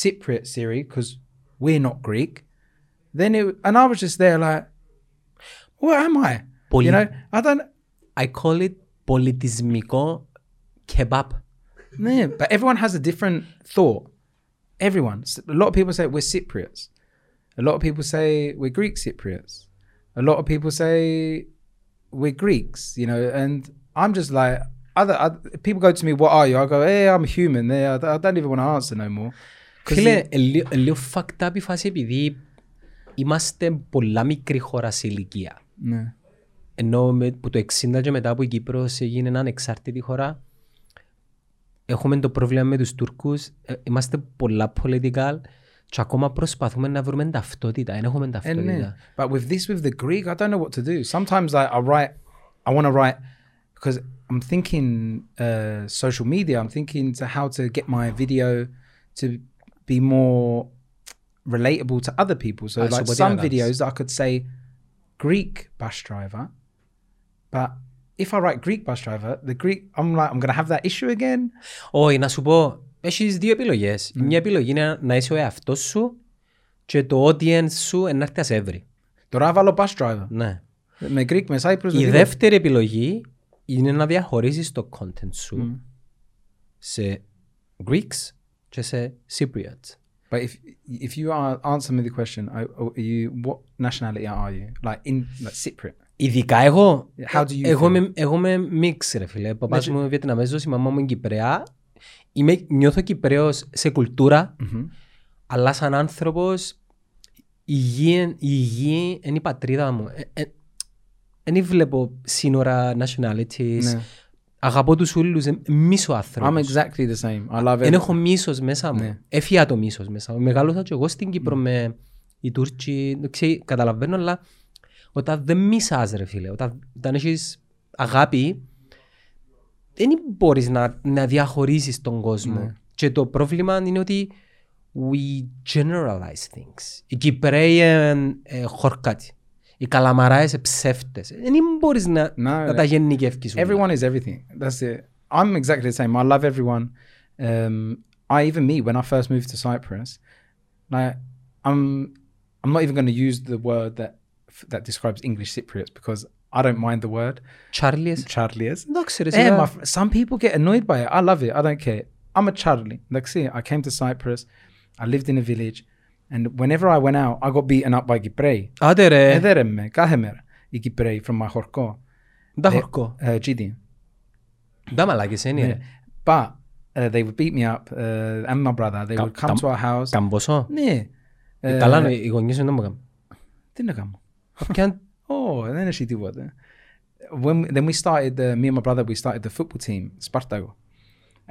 Speaker 1: Cypriot Siri because we're not Greek. Then it and I was just there like, where am I?
Speaker 3: Poly-
Speaker 1: You know, I don't.
Speaker 3: I call it πολιτισμικό kebab.
Speaker 1: Yeah, but everyone has a different thought. Everyone. S- A lot of people say we're Cypriots. A lot of people say we're Greek Cypriots. A lot of people say we're Greeks, you know, and I'm just like, other, other people go to me, what are you? I go, hey, I'm human. They, I, I don't even want to answer no more.
Speaker 3: Φίλε, ε, λίγο- ε, λίγο fucked up η φάση επειδή είμαστε πολλά μικρή χώρα σε ηλικία.
Speaker 1: Ναι.
Speaker 3: ενώ με, που το 60 και μετά που η Κύπρος έγινε ένα ανεξάρτητη χώρα έχουμε το πρόβλημα με τους Τούρκους ε, είμαστε πολλά political και ακόμα προσπαθούμε να βρούμε ταυτότητα δεν έχουμε
Speaker 1: And
Speaker 3: ταυτότητα
Speaker 1: then, but with this, with the Greek, I don't know what to do. Sometimes I, I write, I want to write because I'm thinking uh, social media. I'm thinking to how to get my video to be more relatable to other people. So
Speaker 3: Ah, so
Speaker 1: like
Speaker 3: what do you
Speaker 1: some
Speaker 3: know, guys?
Speaker 1: videos, I could say Greek bus driver, but if I write Greek bus driver, the Greek, I'm like, I'm gonna have that issue again.
Speaker 3: όχι να σου πω έχεις δύο επιλογές μια επιλογή είναι να είσαι ο εαυτός σου και το audience σου ε, να έρθει να σε βρει
Speaker 1: Doravalo bus driver.
Speaker 3: ναι.
Speaker 1: Me Greek, me Cyprus.
Speaker 3: Η
Speaker 1: me Greek.
Speaker 3: δεύτερη επιλογή είναι να διαχωρίζεις το content σου
Speaker 1: Mm.
Speaker 3: σε Greeks και σε Cypriots
Speaker 1: But if if you are answer me the question, I, are you what nationality are you? Like in like Cypriot.
Speaker 3: Ειδικά εγώ.
Speaker 1: How do you
Speaker 3: εγώ,
Speaker 1: feel? Ναι,
Speaker 3: είμαι, εγώ είμαι μίξ, ρε φίλε. Ο παπάς μου είναι Βιετναμέζος, η μαμά μου είναι Κυπρέα. Είμαι, νιώθω Κυπρέος σε κουλτουρα αλλά σαν άνθρωπος η γη, εν- η γη είναι η πατρίδα μου. Ε, ε, δεν βλέπω σύνορα nationalities.
Speaker 1: Ναι.
Speaker 3: Αγαπώ τους ούλους, ε, μίσο
Speaker 1: I'm
Speaker 3: άνθρωπος.
Speaker 1: exactly the same. I love it.
Speaker 3: Δεν έχω μίσος μέσα μου.
Speaker 1: Ναι.
Speaker 3: Έφυγα το μίσος μέσα μου. Μεγάλωσα και εγώ στην Κύπρο με οι Τούρκοι. Ξέρει, καταλαβαίνω, αλλά όταν δεν μισάς ρε φίλε, όταν, όταν έχεις αγάπη, δεν μπορείς να, να διαχωρίσεις τον κόσμο. Και το πρόβλημα είναι ότι we generalize things. Οι Κυπρέοι είναι ε, χορκάτοι. Οι Καλαμαράες είναι ψεύτες. Δεν μπορείς να,
Speaker 1: Ναι,
Speaker 3: να
Speaker 1: ρε.
Speaker 3: τα γενικεύκεις. όλα.
Speaker 1: Everyone is everything. That's it. I'm exactly the same. I love everyone. Um, I even me when I first moved to Cyprus, like I'm I'm not even going to use the word that that describes English Cypriots because I don't mind the word
Speaker 3: Charlie,
Speaker 1: Charliers.
Speaker 3: εντάξει ρε,
Speaker 1: Yeah,
Speaker 3: σιγά.
Speaker 1: my, fr- some people get annoyed by it. I love it. I don't care. I'm a Charlie. Like, see, I came to Cyprus. I lived in a village. And whenever I went out, I got beaten up by Gyprei.
Speaker 3: Άντε ρε,
Speaker 1: Εδέρεν με κάθε μέρα οι Κυπρέοι from my χορκό,
Speaker 3: τα χορκώ.
Speaker 1: uh, Gidi.
Speaker 3: Τα μαλάκες είναι
Speaker 1: Ναι.
Speaker 3: ρε.
Speaker 1: But uh, they would beat me up, uh, and my brother. They would come
Speaker 3: Tam-
Speaker 1: to our house. Uh,
Speaker 3: Καμποσό.
Speaker 1: Ναι. Ε,
Speaker 3: Καλά, ναι, οι γονείς μου δεν μου έκαναν.
Speaker 1: Τι να κάνω.
Speaker 3: Απιάν
Speaker 1: Oh, δεν έχει τίποτα. When we, then we started, uh, me and my brother, we started the football team, Spartago.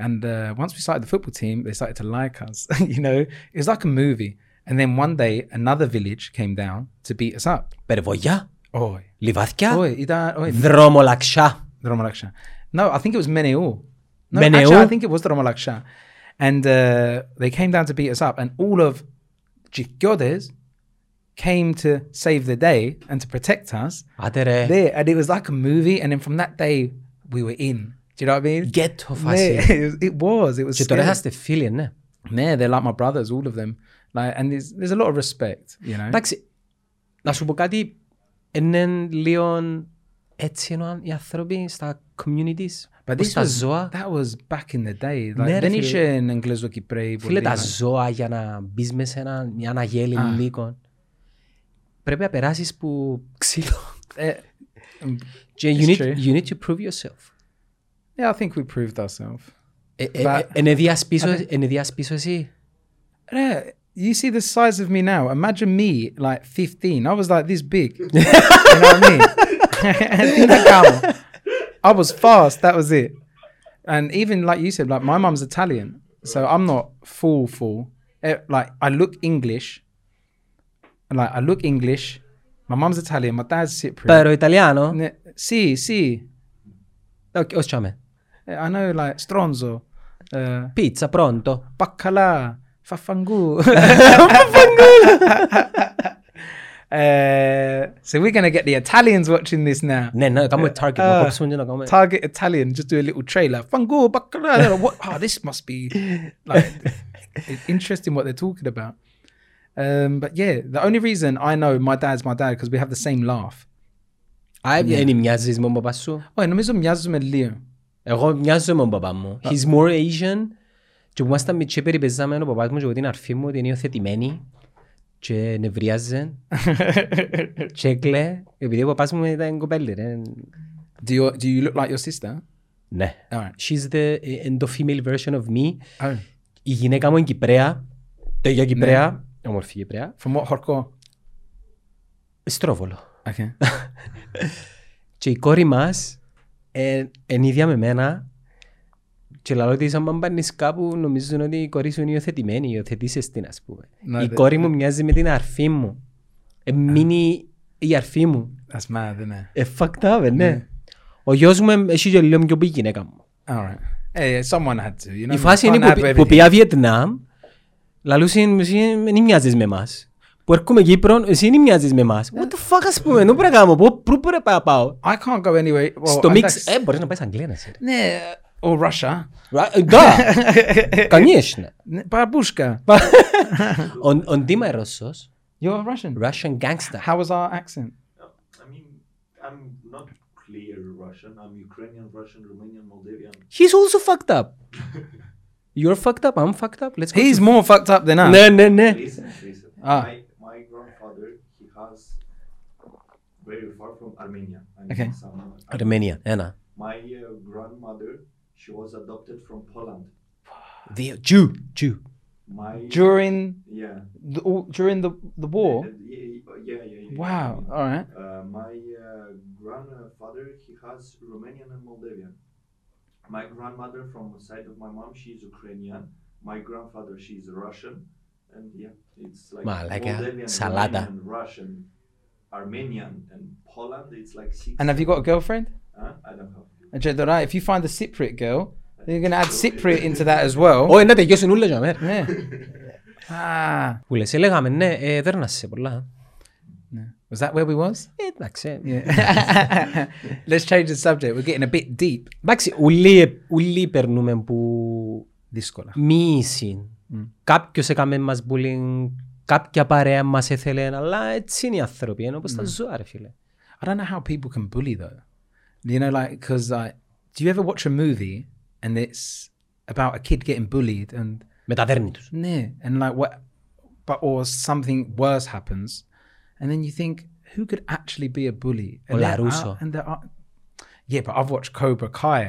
Speaker 1: And uh, once we started the football team, they started to like us. you know, it was like a movie. And then one day, another village came down to beat us up.
Speaker 3: περβογιά,
Speaker 1: Oh,
Speaker 3: λιβάθια,
Speaker 1: oh, ήταν, oh,
Speaker 3: δρομολαξιά.
Speaker 1: Dromalaksha. No, I think it was Meneu. No,
Speaker 3: Meneu?
Speaker 1: actually, I think it was Dromalaksha. And uh, they came down to beat us up, and all of Jikyodes came to save the day and to protect us.
Speaker 3: Άντε ρε,
Speaker 1: there, and it was like a movie. And then from that day, we were in. Do you know what I mean?
Speaker 3: γκέτο
Speaker 1: Yeah,
Speaker 3: φάση.
Speaker 1: it was. It was. It was
Speaker 3: Και τώρα
Speaker 1: scary.
Speaker 3: είσαστε φίλοι, ναι.
Speaker 1: Yeah, they're like my brothers, all of them. Like, and there's, there's a lot of respect, you know.
Speaker 3: Εντάξει, να σου πω κάτι, είναι λίγο έτσι εννοούν οι άνθρωποι στα communities,
Speaker 1: But
Speaker 3: όπως
Speaker 1: this
Speaker 3: τα
Speaker 1: was
Speaker 3: ζώα.
Speaker 1: that was back in the day.
Speaker 3: Ναι,
Speaker 1: Like,
Speaker 3: ρε,
Speaker 1: δεν
Speaker 3: φίλε.
Speaker 1: είχε εν Εγγλέζο Κυπρέι.
Speaker 3: Φίλε, τα ζώα για να μπεις μέσα σε ένα, μια αναγέλη
Speaker 1: Α.
Speaker 3: λύκων. Πρέπει να περάσεις που ξύλο.
Speaker 1: Ε,
Speaker 3: Και you
Speaker 1: It's
Speaker 3: need,
Speaker 1: true.
Speaker 3: you need to prove yourself.
Speaker 1: Yeah, I think we proved ourselves. But-
Speaker 3: Ενεδιάς πίσω εσύ.
Speaker 1: Yeah, you see the size of me now. Imagine me like 15. I was like this big. you know what I mean? Τι να κάνω. I was fast. That was it. And even like you said, like my mum's Italian, so I'm not full full. Eh, Like I look English. Like I look English. My mum's Italian. My dad's Cypriot.
Speaker 3: Pero italiano?
Speaker 1: Ne- si si.
Speaker 3: Ok, Ε, Ως τσάμε.
Speaker 1: Eh, I know like stronzo, uh,
Speaker 3: Pizza, pronto.
Speaker 1: baccalà, faffangu. uh, so we're gonna get the Italians watching this now.
Speaker 3: Ναι, ναι, κάνουμε target. Να
Speaker 1: Α.
Speaker 3: κόψουμε και να κάνουμε...
Speaker 1: Target Italian, just do a little trailer. Fango, baccalà. What? Oh, this must be like it's interesting what they're talking about. Um, but yeah, the only reason I know my dad's my dad because we have the same laugh.
Speaker 3: Α, δεν μοιάζεις με τον παπά σου.
Speaker 1: Oh, νομίζω μοιάζουμε λίγο.
Speaker 3: Εγώ μοιάζω με τον παπά μου. He's more Asian. Και που ήμασταν μικροί περιπεζάμε ο παπάς μου και εγώ την αρφή μου ότι είναι υιοθετημένη και νευρίαζε
Speaker 1: Ε.
Speaker 3: και έκλε επειδή ο παπάς μου ήταν κοπέλη. ρε.
Speaker 1: Do you do you look like your sister?
Speaker 3: Ναι.
Speaker 1: Alright.
Speaker 3: She's the, in the female version of me.
Speaker 1: Oh,
Speaker 3: Η γυναίκα μου είναι Κυπρέα. Τέλεια Κυπρέα. Όμορφη Κυπρέα.
Speaker 1: from what hardcore?
Speaker 3: Στρόβολο.
Speaker 1: Okay.
Speaker 3: Και η κόρη μας ε, εν ίδια με μένα και λέω ότι σαν πάνεις κάπου νομίζουν ότι η κόρη σου είναι υιοθετημένη, υιοθετήσεις την ας πούμε.
Speaker 1: Ναι,
Speaker 3: η
Speaker 1: δε-
Speaker 3: κόρη μου μοιάζει με την αρφή μου. Ε, μείνει η αρφή μου.
Speaker 1: That's mad, isn't it?
Speaker 3: Ε, fucked up, ε, ναι. Ο γιος μου ε, έχει και λίγο πιο πει η γυναίκα μου.
Speaker 1: All right. Hey, someone had to. You know,
Speaker 3: Η φάση
Speaker 1: can't
Speaker 3: είναι
Speaker 1: have
Speaker 3: που, που
Speaker 1: everything.
Speaker 3: πια Βιετνάμ, λαλούσε εσύ δεν μοιάζεις με εμάς. Που έρχομαι Κύπρο, εσύ δεν μοιάζεις με εμάς. What the fuck ας πούμε, νου πρέπει να κάνω, πού πού πρέπει να πάω.
Speaker 1: I can't go anywhere. Well,
Speaker 3: Στο
Speaker 1: unless-
Speaker 3: μίξ, ε, μπορείς να πάεις Αγγλία να σε ρε.
Speaker 1: Ναι, or Russia.
Speaker 3: Right, Да, конечно.
Speaker 1: Ναι, Babushka.
Speaker 3: Он, он Дима Россос,
Speaker 1: You're Russian.
Speaker 3: Russian gangster.
Speaker 1: How was our accent?
Speaker 5: I mean, I'm not clear Russian. I'm Ukrainian, Russian, Romanian, Moldavian.
Speaker 3: He's also fucked up. You're fucked up, I'm fucked up. Let's go.
Speaker 1: He's more fucked up than us.
Speaker 3: Ναι, ναι, ναι.
Speaker 5: Listen, listen.
Speaker 1: Ah.
Speaker 5: My, my grandfather, he has very far from Armenia. I mean,
Speaker 1: Okay.
Speaker 5: some-
Speaker 3: Αρμενία, ένα.
Speaker 5: My uh, grandmother, she was adopted from Poland.
Speaker 3: Δύο. Jew, Jew.
Speaker 5: My
Speaker 1: During
Speaker 5: yeah,
Speaker 1: the, all, during the, the war.
Speaker 5: And yeah, yeah, yeah, yeah.
Speaker 1: Oh. Wow. All right.
Speaker 5: Uh, my uh, grandfather, he has Romanian and Moldavian. My grandmother, from the side of my mom, she's Ukrainian. My grandfather, she's Russian, and yeah, it's like
Speaker 3: Malaga,
Speaker 5: Moldavian,
Speaker 3: Salada.
Speaker 5: Romanian, Russian, Armenian, and Poland. It's like six.
Speaker 1: And have you got a girlfriend?
Speaker 5: Huh? I don't have.
Speaker 1: And Jed, all right, if you find a Cypriot girl, then you're gonna add Cypriot into that as well.
Speaker 3: Ω, να τελειώσουν όλα για μέρα.
Speaker 1: Yeah. Ah.
Speaker 3: Που λες, έλεγαμε, ναι, ε, δέρνασε πολλά.
Speaker 1: Was that where we was?
Speaker 3: Ε, εντάξει.
Speaker 1: Yeah. Let's change the subject. We're getting a bit deep.
Speaker 3: Εντάξει, ούλοι, ούλοι περνούμε που
Speaker 1: This scholar.
Speaker 3: μίση. Κάποιος έκαμε μας bullying, κάποια παρέα μας έθελε, αλλά έτσι είναι οι άνθρωποι, είναι όπως τα ζώα, ρε φίλε.
Speaker 1: I don't know how people can bully though. You know, like because like, do you ever watch a movie and it's about a kid getting bullied and
Speaker 3: Με τα δέρνη τους.
Speaker 1: yeah, and like what, but or something worse happens, and then you think who could actually be a bully? And
Speaker 3: Well,
Speaker 1: there
Speaker 3: LaRusso.
Speaker 1: are- and there are, yeah, but I've watched Cobra Kai.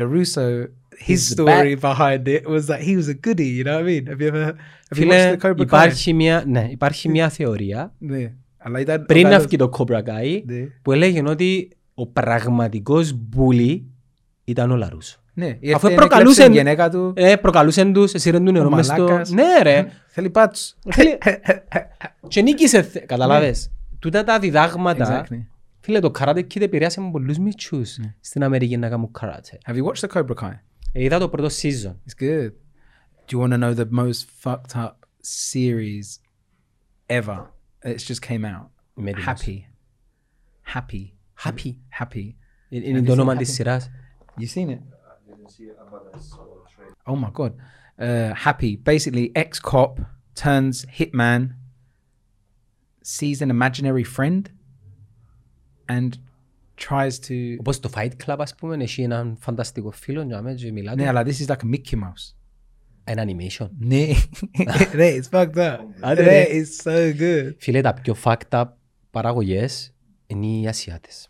Speaker 1: Larusso, his
Speaker 3: He's the
Speaker 1: story behind it was that he was a goody. You know what I mean? Have you ever have you watched
Speaker 3: Φίλε,
Speaker 1: the Cobra Kai?
Speaker 3: υπάρχει μια, ναι, υπάρχει μια θεωρία
Speaker 1: Yeah. I like that.
Speaker 3: πριν να
Speaker 1: that was-
Speaker 3: βγει το Cobra Kai
Speaker 1: Ναι.
Speaker 3: που έλεγε ότι ο πραγματικός bully ήταν ο Λαρούσο.
Speaker 1: Ναι,
Speaker 3: Αφού
Speaker 1: έφτιανε,
Speaker 3: προκαλούσε-
Speaker 1: έκλεψε η γυναίκα του.
Speaker 3: Ε, προκαλούσε τους, εσύρεν του νερό μες στο...
Speaker 1: μαλάκας.
Speaker 3: Ναι ρε,
Speaker 1: Θέλει πάτσου.
Speaker 3: Θέλει- και νίκησε, θε- καταλάβες. Τούτα τα διδάγματα,
Speaker 1: Ναι. Exactly. Ναι.
Speaker 3: φίλε το καράτε kid επηρέασε πολλούς μητσούς στην Αμερική να κάνουν καράτε.
Speaker 1: Have you watched the Cobra Kai?
Speaker 3: Ε, Είδα το πρώτο season.
Speaker 1: It's good. Do you want to know the most fucked up series ever? It's just came out.
Speaker 3: Είμαι έτοιμος.
Speaker 1: Happy. Happy.
Speaker 3: Happy.
Speaker 1: Happy.
Speaker 3: Ε, Είναι το όνομα της σειράς.
Speaker 1: You seen it?
Speaker 5: I didn't see it, but I saw a trailer.
Speaker 1: Oh my god. Uh, happy. Basically, ex cop turns hitman, sees an imaginary friend, and tries to.
Speaker 3: Όπως το Fight Club ας πούμε, έχει έναν φανταστικό φίλο για μένα και μιλά του.
Speaker 1: Yeah, like this is like a Mickey Mouse.
Speaker 3: Ένα animation.
Speaker 1: Nee, nee, it's fucked up.
Speaker 3: I
Speaker 1: That
Speaker 3: don't know.
Speaker 1: is so good.
Speaker 3: Φίλε, τα πιο fucked up παραγωγές είναι οι Ασιάτες.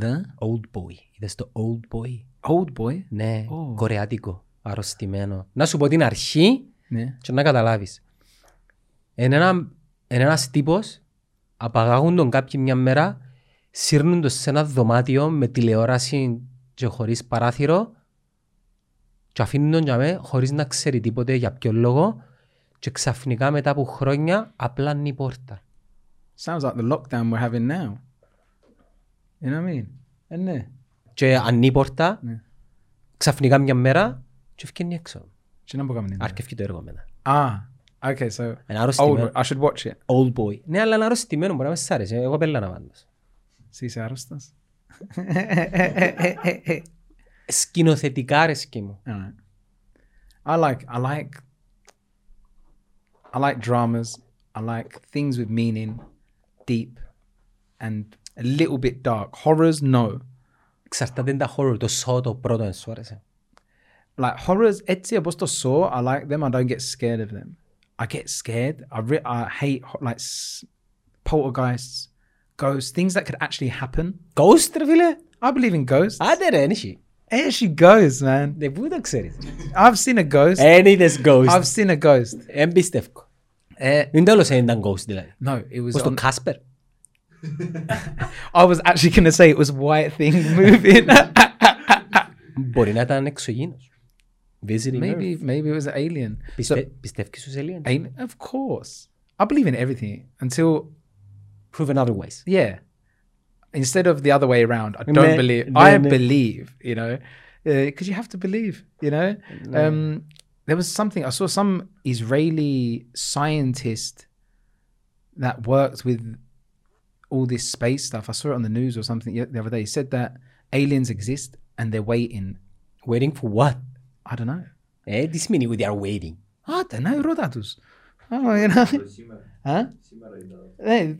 Speaker 1: The
Speaker 3: Old Boy. Είδες το Old Boy.
Speaker 1: old boy.
Speaker 3: Ναι,
Speaker 1: Ω.
Speaker 3: κορεάτικο, αρρωστημένο. Να σου πω την αρχή
Speaker 1: Yeah.
Speaker 3: και να καταλάβεις. Εν ένα, εν ένας τύπος απαγάγουν τον κάποιοι μια μέρα, σύρνουν τον σε ένα δωμάτιο με τηλεόραση και χωρίς παράθυρο και αφήνουν τον για μέ χωρίς να ξέρει τίποτε για ποιο λόγο και ξαφνικά μετά από χρόνια απλάνει η πόρτα.
Speaker 1: Sounds like the lockdown we're having now. You know what I mean? Isn't it?
Speaker 3: Και ανοίγει η πόρτα
Speaker 1: Ναι.
Speaker 3: ξαφνικά μια μέρα και βγαίνει έξω.
Speaker 1: Do you remember coming in? there?
Speaker 3: Αρκευκεί το έργο εμένα.
Speaker 1: Ah, okay. So
Speaker 3: Ένα
Speaker 1: old.
Speaker 3: αρρωστημένο.
Speaker 1: I should watch it.
Speaker 3: Old boy. Ναι, αλλά ένα αρρωστημένο μπορεί να με σ' άρεσε. Εγώ πέλανα πάντως.
Speaker 1: See Sarastas.
Speaker 3: Σκηνοθετικά αρέσκει μου.
Speaker 1: All right. I like I like I like dramas. I like things with meaning, deep, and a little bit dark. Horrors, no.
Speaker 3: Εξαρτάται τα horror. Το Saw το πρώτο δεν σου άρεσε.
Speaker 1: Like horrors, etsi abosto saw. I like them. I don't get scared of them. I get scared. I re- I hate ho- like s- poltergeists, ghosts, things that could actually happen.
Speaker 3: Ghost ρε φίλε.
Speaker 1: I believe in ghosts.
Speaker 3: Άντε ρε, ένιχη.
Speaker 1: There she goes, man.
Speaker 3: Δεν πού τα ξέρεις.
Speaker 1: I've seen a ghost.
Speaker 3: Εν είδες ghost.
Speaker 1: I've seen a ghost.
Speaker 3: Εμπιστεύω.
Speaker 1: Ε,
Speaker 3: Μην τέλος δεν ήταν ghost δηλαδή.
Speaker 1: No, it was
Speaker 3: Πώς το
Speaker 1: on-
Speaker 3: Κάσπερ.
Speaker 1: I was actually going to say it was white thing moving.
Speaker 3: Μπορεί να ήταν εξωγήινος. Visiting
Speaker 1: maybe, Ε, maybe it was an alien.
Speaker 3: Earth. Πιστε- Πιστεύεις στους aliens.
Speaker 1: Alien, of course. I believe in everything until
Speaker 3: Proven otherwise.
Speaker 1: yeah. Instead of the other way around, I don't
Speaker 3: Ne-
Speaker 1: believe.
Speaker 3: ne-
Speaker 1: I
Speaker 3: ne-
Speaker 1: believe, you know, because you have to believe, you know. Um, there was something I saw some Israeli scientist that worked with all this space stuff. I saw it on the news or something the other day. He said that aliens exist and they're waiting.
Speaker 3: Waiting for what?
Speaker 1: I don't know.
Speaker 3: Ε, τι σημαίνει we are waiting.
Speaker 1: I don't know, ρώτα τους. Oh, you know.
Speaker 5: Σήμερα,
Speaker 1: Α?
Speaker 5: σήμερα είδα.
Speaker 1: Ε, ε,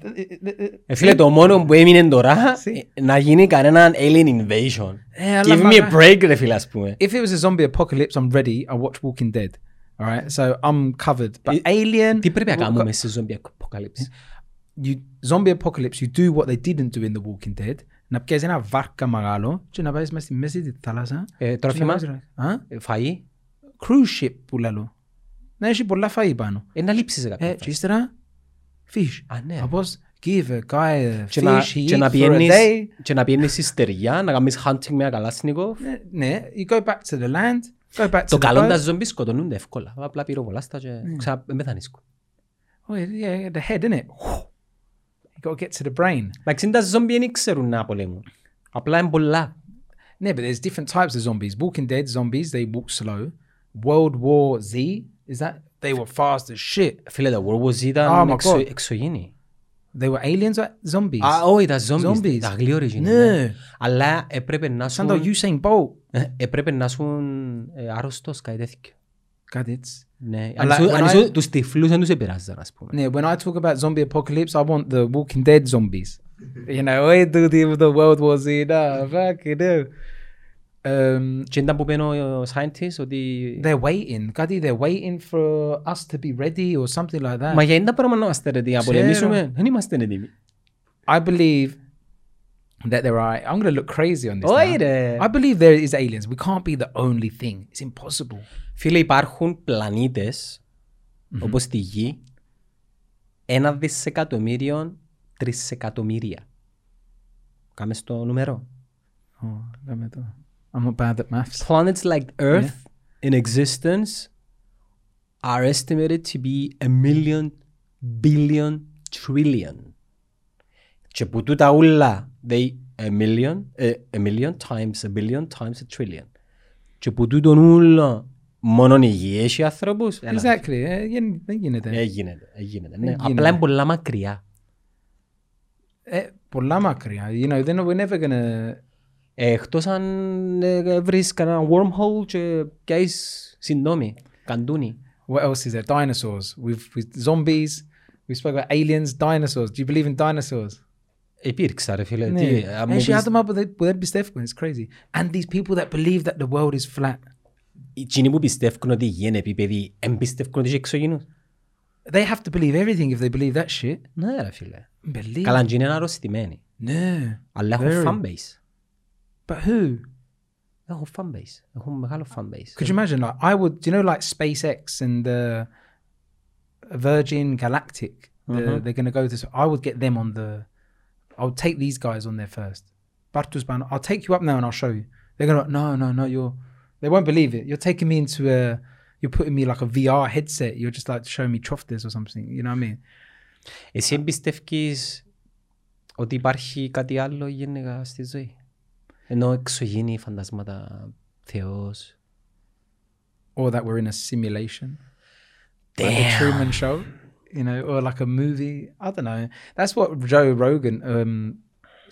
Speaker 1: ε, ε,
Speaker 3: Ε, φίλε, το μόνο που έμεινε τώρα
Speaker 1: See?
Speaker 3: ε, να γίνει κανέναν alien invasion.
Speaker 1: Ναι. ε, αλλά
Speaker 3: Give me
Speaker 1: μαλά-
Speaker 3: a break ρε φίλε ας πούμε.
Speaker 1: If it was a zombie apocalypse, I'm ready. I watch Walking Dead. All right, so I'm covered. But alien,
Speaker 3: Τι πρέπει να
Speaker 1: Walk-
Speaker 3: κάνουμε σε zombie apocalypse.
Speaker 1: you zombie apocalypse. You do what they didn't do in the Walking Dead. Να πιέζει ένα βάρκα μεγάλο και να πάει μέσα στη μέση της θάλασσας.
Speaker 3: Ε,
Speaker 1: και να
Speaker 3: Τρόφιμα,
Speaker 1: βάζεις ρε. Α?
Speaker 3: ε, φαΐ,
Speaker 1: Cruise ship που λαλώ. Να έχει πολλά φαΐ πάνω.
Speaker 3: ε, να λείψεις
Speaker 1: Ε,
Speaker 3: κάποια.
Speaker 1: και ύστερα, fish.
Speaker 3: Α, ναι.
Speaker 1: Όπως, give a guy a
Speaker 3: Και να-
Speaker 1: fish, he
Speaker 3: και να
Speaker 1: eats for a
Speaker 3: πιένεις-
Speaker 1: day.
Speaker 3: Και να πιένεις στη στεριά, να κάνεις hunting με ένα καλάσνικο.
Speaker 1: Ναι, Ναι, you go back to the land, go back to
Speaker 3: Το
Speaker 1: the
Speaker 3: καλό είναι τα
Speaker 1: boat.
Speaker 3: ζόμπι σκοτωνούνται εύκολα. Απλά πυροβολάστα και
Speaker 1: Ναι.
Speaker 3: ξαναμεθανίσκουν.
Speaker 1: Oh, yeah, yeah, the head, innit? You gotta get to the brain.
Speaker 3: Εντάξει, τα ζόμπι δεν ξέρουν να πολεμούν. Απλά είναι πολλά.
Speaker 1: Yeah, but there's different types of zombies. Walking Dead zombies, they walk slow. World War Z, is that? They were fast as shit.
Speaker 3: Φίλε, τα World
Speaker 1: Ah,
Speaker 3: Wars ήταν
Speaker 1: my
Speaker 3: εξω-
Speaker 1: God.
Speaker 3: εξωγήινοι.
Speaker 1: They were aliens or zombies?
Speaker 3: Α, όχι, τα ζόμπι.
Speaker 1: Zombies. Ναι.
Speaker 3: Τα γλύωρη γίνονται.
Speaker 1: no.
Speaker 3: Αλλά έπρεπε να
Speaker 1: Sound like
Speaker 3: σου
Speaker 1: Usain Bolt.
Speaker 3: έπρεπε να σου άρρωστος κάτι τέτοιο.
Speaker 1: God, it's.
Speaker 3: Ναι, αν
Speaker 1: Αλλά
Speaker 3: ήσουν- αν
Speaker 1: when I-
Speaker 3: ήσουν τους τυφλούς δεν τους επηρεάζαν, ας πούμε.
Speaker 1: Yeah, when I talk about zombie apocalypse, I want the Walking Dead zombies. you know, I do the, the World War Z. Nah, fucking hell. Um,
Speaker 3: Και ήταν που πένω ο scientist ότι...
Speaker 1: they're waiting. Gaddy, they're waiting for us to be ready or something like that.
Speaker 3: Μα γιατί τα πράγματα να είμαστε έτοιμοι, να
Speaker 1: Ναι. Ξέρω.
Speaker 3: πολεμήσουμε. Δεν είμαστε έτοιμοι.
Speaker 1: I believe that there are. I'm going to look crazy on this.
Speaker 3: Όχι
Speaker 1: now.
Speaker 3: ρε.
Speaker 1: I believe there is aliens. We can't be the only thing. It's impossible.
Speaker 3: Φίλε, υπάρχουν πλανήτες, όπως τη Γη, ένα δισεκατομμύριο τρισεκατομμύρια. Κάμε στο νούμερο.
Speaker 1: Oh, I'm not bad at maths.
Speaker 3: Planets like Earth in existence are estimated to be a million billion trillion. Και που τούτα ούλα, they a million, a, a million times a billion times a trillion. Και που τούτον ούλα, μόνον η γη έχει ανθρώπους. Έλα,
Speaker 1: Exactly. Yeah, you, you know that.
Speaker 3: Έγινε, έγινε. Ναι.
Speaker 1: γίνεται.
Speaker 3: Απλά είναι πολλά μακριά.
Speaker 1: Eh, πολλά μακριά. You know, then we're never gonna.
Speaker 3: Ε, εκτός αν ε, βρεις κανένα wormhole και πιάσεις συντόμη, καντούνι.
Speaker 1: What else is there? Dinosaurs. We've with zombies. We spoke about aliens, dinosaurs. Do you believe in dinosaurs?
Speaker 3: Υπήρξα ρε φίλε.
Speaker 1: Yeah.
Speaker 3: Τι, ε, αν μου
Speaker 1: Actually,
Speaker 3: πεις-
Speaker 1: add them up with it- with them πιστεύουν. It's crazy. And these people that believe that the world is flat,
Speaker 3: Οι Εκείνοι που πιστεύουν ότι η γη είναι επίπεδη, εμπιστεύουν ότι έχει εξωγήνους.
Speaker 1: they have to believe everything if they believe that shit.
Speaker 3: Ναι ρε φίλε.
Speaker 1: Believe.
Speaker 3: Καλά, και είναι αρρωστημένοι.
Speaker 1: No.
Speaker 3: Αλλά έχουν
Speaker 1: Very.
Speaker 3: fan base.
Speaker 1: But who?
Speaker 3: Έχουν fan base. Έχουν μεγάλο fan base.
Speaker 1: Could you imagine? Like, I would. Do you know, like SpaceX and uh, Virgin Galactic. The,
Speaker 3: Mhm.
Speaker 1: They're going to go to. I would get them on the. I would take these guys on there first. Bartus Ban. I'll take you up now and I'll show you. They're gonna no no no you're they won't believe it. You're taking me into a you're putting me like a VR headset. You're just like showing me Troftis or something. You know what I mean?
Speaker 3: Εσύ εμπιστεύεις ότι υπάρχει κάτι άλλο γενικά στη ζωή. Ενώ εξωγήινοι φαντασμάτα, Θεός.
Speaker 1: Or that we're in a simulation. Like the Truman Show. You know, or like a movie. I don't know. That's what Joe Rogan um,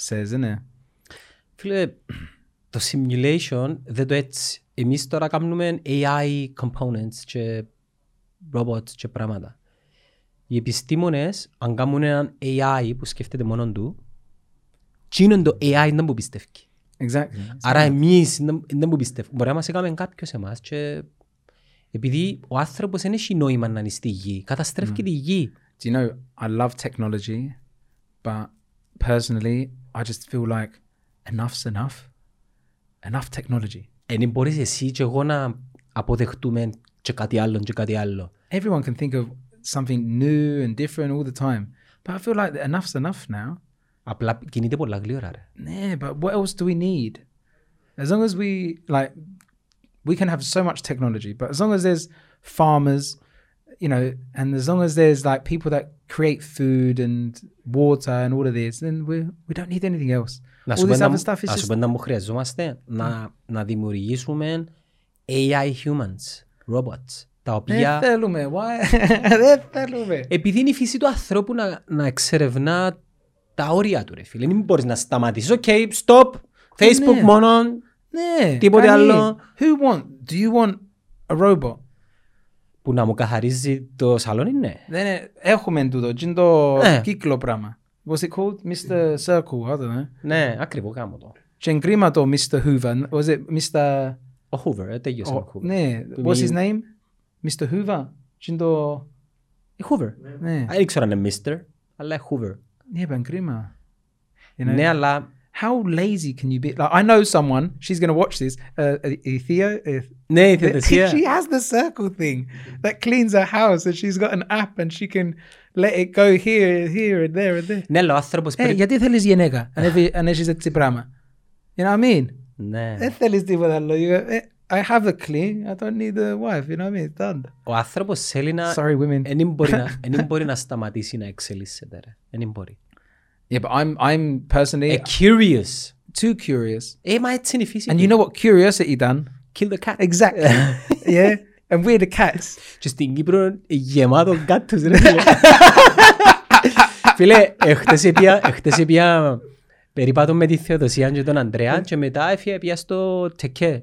Speaker 1: says, isn't it?
Speaker 3: Φίλε, το simulation δεν το έτσι. Εμείς τώρα κάνουμε AI components και robots και πράγματα. Οι επιστήμονες, αν κάνουν έναν AI που σκέφτεται μόνον του, τσίνον το AI δεν που πιστεύει.
Speaker 1: Exactly.
Speaker 3: Άρα εμείς δεν- δεν που πιστεύουμε. Μπορεί να μας έκαμε κάποιος εμάς και επειδή ο άνθρωπος δεν έχει νόημα να είναι στη γη, καταστρέφει και τη γη.
Speaker 1: Do you know, I love technology, but personally, I just feel like enough's enough. Enough technology.
Speaker 3: Εν μπορείς εσύ και εγώ να αποδεχτούμε και κάτι άλλο και κάτι άλλο.
Speaker 1: Everyone can think of something new and different all the time, but I feel like that enough's enough now.
Speaker 3: Απλά κινείται πολλά γλύωρα ρε.
Speaker 1: Yeah, but what else do we need? As long as we like, we can have so much technology, but as long as there's farmers, you know, and as long as there's like people that create food and water and all of this, then we we don't need anything else.
Speaker 3: Να σου
Speaker 1: all
Speaker 3: πω
Speaker 1: this
Speaker 3: ένα-
Speaker 1: other stuff is
Speaker 3: να σου
Speaker 1: just
Speaker 3: πω ένα που χρειαζόμαστε, να, να δημιουργήσουμε AI humans, robots, τα
Speaker 1: Δεν
Speaker 3: οποία...
Speaker 1: θέλουμε. Why? Δεν θέλουμε.
Speaker 3: Επειδή είναι η φύση του ανθρώπου να, να εξερευνά τα όρια του ρε φίλε, μην μπορείς να σταματήσεις. Οκ, stop, Facebook
Speaker 1: Ναι.
Speaker 3: μόνο,
Speaker 1: Ναι.
Speaker 3: Τίποτε
Speaker 1: κανείς.
Speaker 3: άλλο.
Speaker 1: Who want? Do you want a robot?
Speaker 3: που να μου καθαρίζει το σαλόνι, ναι.
Speaker 1: Δεν είναι- έχουμε τούτο. Τι είναι το
Speaker 3: Ναι.
Speaker 1: κύκλο πράγμα. What's it called? Mr. Circle. I don't know.
Speaker 3: Ναι, ακριβό κάμω το.
Speaker 1: Και εγκρίματο Mr. Hoover. Was it Mr.
Speaker 3: Ο Hoover, ε, τέλειωσε
Speaker 1: ο-
Speaker 3: ο Hoover.
Speaker 1: Ναι.
Speaker 3: Που
Speaker 1: What's his
Speaker 3: είναι-
Speaker 1: name? Mr. Hoover. Τι είναι το...
Speaker 3: Η Hoover. Ε,
Speaker 1: Ναι.
Speaker 3: Δεν ήξερα αν είναι Mr. αλλά η Hoover.
Speaker 1: Ναι, είπαν κρίμα. You know?
Speaker 3: Ναι, αλλά...
Speaker 1: How lazy can you be? Like, I know someone. She's going to watch this. Uh, Ethia, Eth-
Speaker 3: Ναι, η
Speaker 1: That-
Speaker 3: θετασία.
Speaker 1: She has the circle thing that cleans her house, and she's got an app, and she can let it go here, here, and there, and there.
Speaker 3: Ναι, αλλά ο άνθρωπος
Speaker 1: Ε,
Speaker 3: πρέπει...
Speaker 1: γιατί θέλεις γυναίκα, αν έφυ- αν έχεις έτσι πράγμα. You know what I mean?
Speaker 3: Ναι.
Speaker 1: Δεν θέλεις τίποτα άλλο. You go, ε, I have a clean, I don't need a wife, you know what I mean? It's done.
Speaker 3: Ο άνθρωπος θέλει να...
Speaker 1: Sorry, women.
Speaker 3: Δεν μπορεί, να- εν μπορεί να σταματήσει να εξελίσσεται. ρε. Δεν μπορεί.
Speaker 1: Yeah, but I'm, I'm personally
Speaker 3: A curious.
Speaker 1: too curious.
Speaker 3: Ε, μα έτσι είναι η φύση.
Speaker 1: Ε, And
Speaker 3: του.
Speaker 1: you know what curiosity done?
Speaker 3: Kill the cat. Ε,
Speaker 1: Exactly. yeah? And we're the cats.
Speaker 3: Και στην Κύπρο ε, γεμάτο κάτους ρε φίλε. φίλε, ε, χτες έπια, ε, χτες έπια περίπατο με τη Θεοδοσία και τον Ανδρέα και μετά έφυγε πια στο Τεκέ.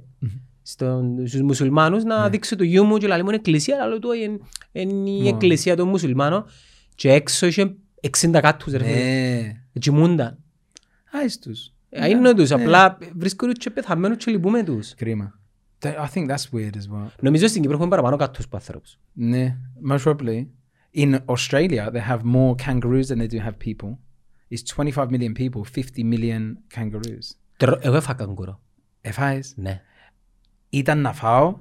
Speaker 3: Στον, στους μουσουλμάνους
Speaker 1: Ναι.
Speaker 3: να δείξω το γιού μου και λέει μου είναι εκκλησία αλλά του είναι, είναι η εκκλησία των μουσουλμάνων και έξω είχε 60 κάτους ρε φίλε. Ε,
Speaker 1: Ναι.
Speaker 3: Τζιμούνταν.
Speaker 1: Άις τους.
Speaker 3: Ε,
Speaker 1: Ναι.
Speaker 3: Είναι τους, απλά βρίσκονται και πεθαμένους και λυπούμε τους.
Speaker 1: Κρίμα. That- I think that's weird as well.
Speaker 3: Νομίζω στην Κύπρο έχουμε παραπάνω κάτους που ανθρώπους.
Speaker 1: Yeah, most probably. In Australia, they have more kangaroos than they do have people. It's 25 million people, 50 million kangaroos.
Speaker 3: Τρο- Εγώ έφαγα καγκουρό.
Speaker 1: If I
Speaker 3: Ναι.
Speaker 1: ήταν να φάω,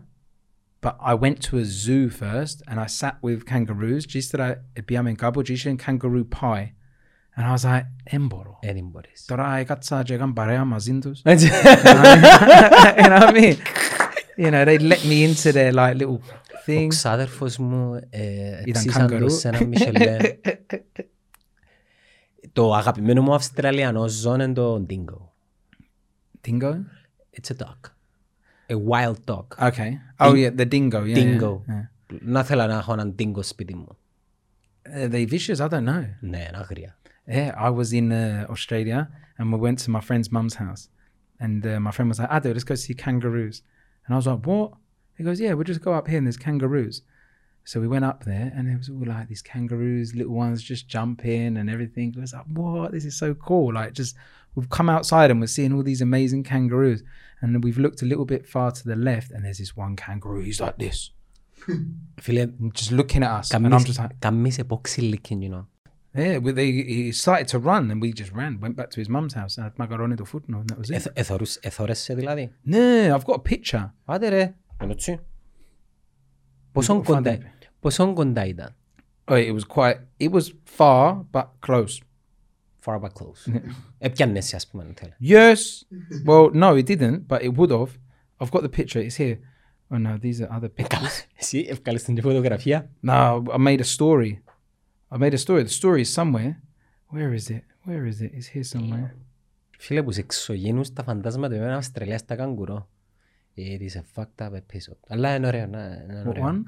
Speaker 1: but I went to a zoo first and I sat with kangaroos. Just that I πήγαμε κάπου και είχε kangaroo pie. And I was like, δεν μπορώ.
Speaker 3: Ε, Δεν μπορείς.
Speaker 1: Τώρα έκατσα και έκανα παρέα μαζί τους.
Speaker 3: Έτσι.
Speaker 1: you know what I mean? You know, they let me into their like little
Speaker 3: Ο
Speaker 1: thing.
Speaker 3: ξάδερφος μου ε,
Speaker 1: Ήταν
Speaker 3: ψήσαν το
Speaker 1: κάγκαρου.
Speaker 3: σε ένα Μισελέν. Το αγαπημένο μου Αυστραλιανό ζών είναι το dingo.
Speaker 1: Dingo?
Speaker 3: It's a dog. A wild dog.
Speaker 1: Okay. Oh yeah, the dingo. Yeah, yeah,
Speaker 3: Dingo.
Speaker 1: yeah.
Speaker 3: Να θέλω να έχω έναν dingo σπίτι μου.
Speaker 1: Are they vicious? I don't know.
Speaker 3: Ναι, είναι άγρια.
Speaker 1: Yeah, I was in uh, Australia and we went to my friend's mum's house. And uh, my friend was like, Ado, let's go see kangaroos. And I was like, what? He goes, yeah, we'll just go up here and there's kangaroos. So we went up there and it was all like these kangaroos, little ones just jumping and everything. It was like, what? This is so cool. Like, just we've come outside and we're seeing all these amazing kangaroos. And then we've looked a little bit far to the left and there's this one kangaroo. He's like this,
Speaker 3: Φίλε,
Speaker 1: just looking at us. and I'm
Speaker 3: καμίς-
Speaker 1: just like,
Speaker 3: καμίς επόξι licking, you know.
Speaker 1: Yeah, well, they, he started to run and we just ran, went back to his mum's house and had macaroni to footno and that was it.
Speaker 3: Εθ- εθωρούς- Εθώρεσαι δηλαδή.
Speaker 1: no, I've got a picture.
Speaker 3: Άντε ρε. Έτσι. Πόσο
Speaker 1: Λίγο
Speaker 3: κοντά,
Speaker 1: φάνηκε.
Speaker 3: πόσο κοντά ήταν.
Speaker 1: Oh, it was quite, it was far but close.
Speaker 3: Far back close. Έπιανε σε, ας πούμε, αν θέλει.
Speaker 1: Yes. Well, no, it didn't, but it would have. I've got the picture. It's here. Oh no, these are other pictures.
Speaker 3: Εσύ ευκάλεσαι την φωτογραφία.
Speaker 1: no, I made a story. I made a story. The story is somewhere. Where is it? Where is it? It's here somewhere.
Speaker 3: Φίλε, που σε εξωγήνους τα φαντάσματα με έναν Αυστραλιά στα καγκουρό. It is a fucked up episode. Αλλά είναι ωραίο, ναι, είναι
Speaker 1: What
Speaker 3: ωραίο.
Speaker 1: one?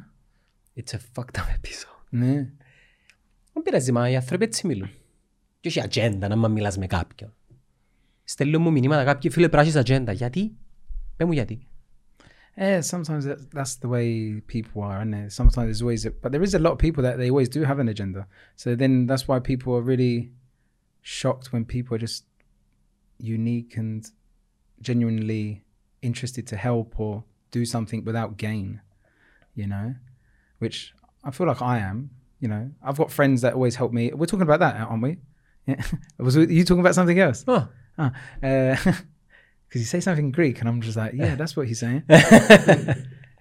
Speaker 3: It's a fucked up episode.
Speaker 1: Ναι.
Speaker 3: Δεν πειράζει, μα οι άνθρωποι έτσι μιλούν. Και όχι ατζέντα, να μην μιλάς με κάποιον. Στέλνουν μου μηνύματα κάποιοι, φίλε, πράσινες ατζέντα. Γιατί? Πες μου γιατί.
Speaker 1: Yeah, sometimes that, that's the way people are, and sometimes there's always, a, but there is a lot of people that they always do have an agenda. So then that's why people are really shocked when people are just unique and genuinely interested to help or do something without gain, you know, which I feel like I am. You know, I've got friends that always help me. We're talking about that, aren't we? Yeah. Was you talking about something else?
Speaker 3: Ω,
Speaker 1: Ah, because you say something Greek, and I'm just like, yeah, that's what he's saying.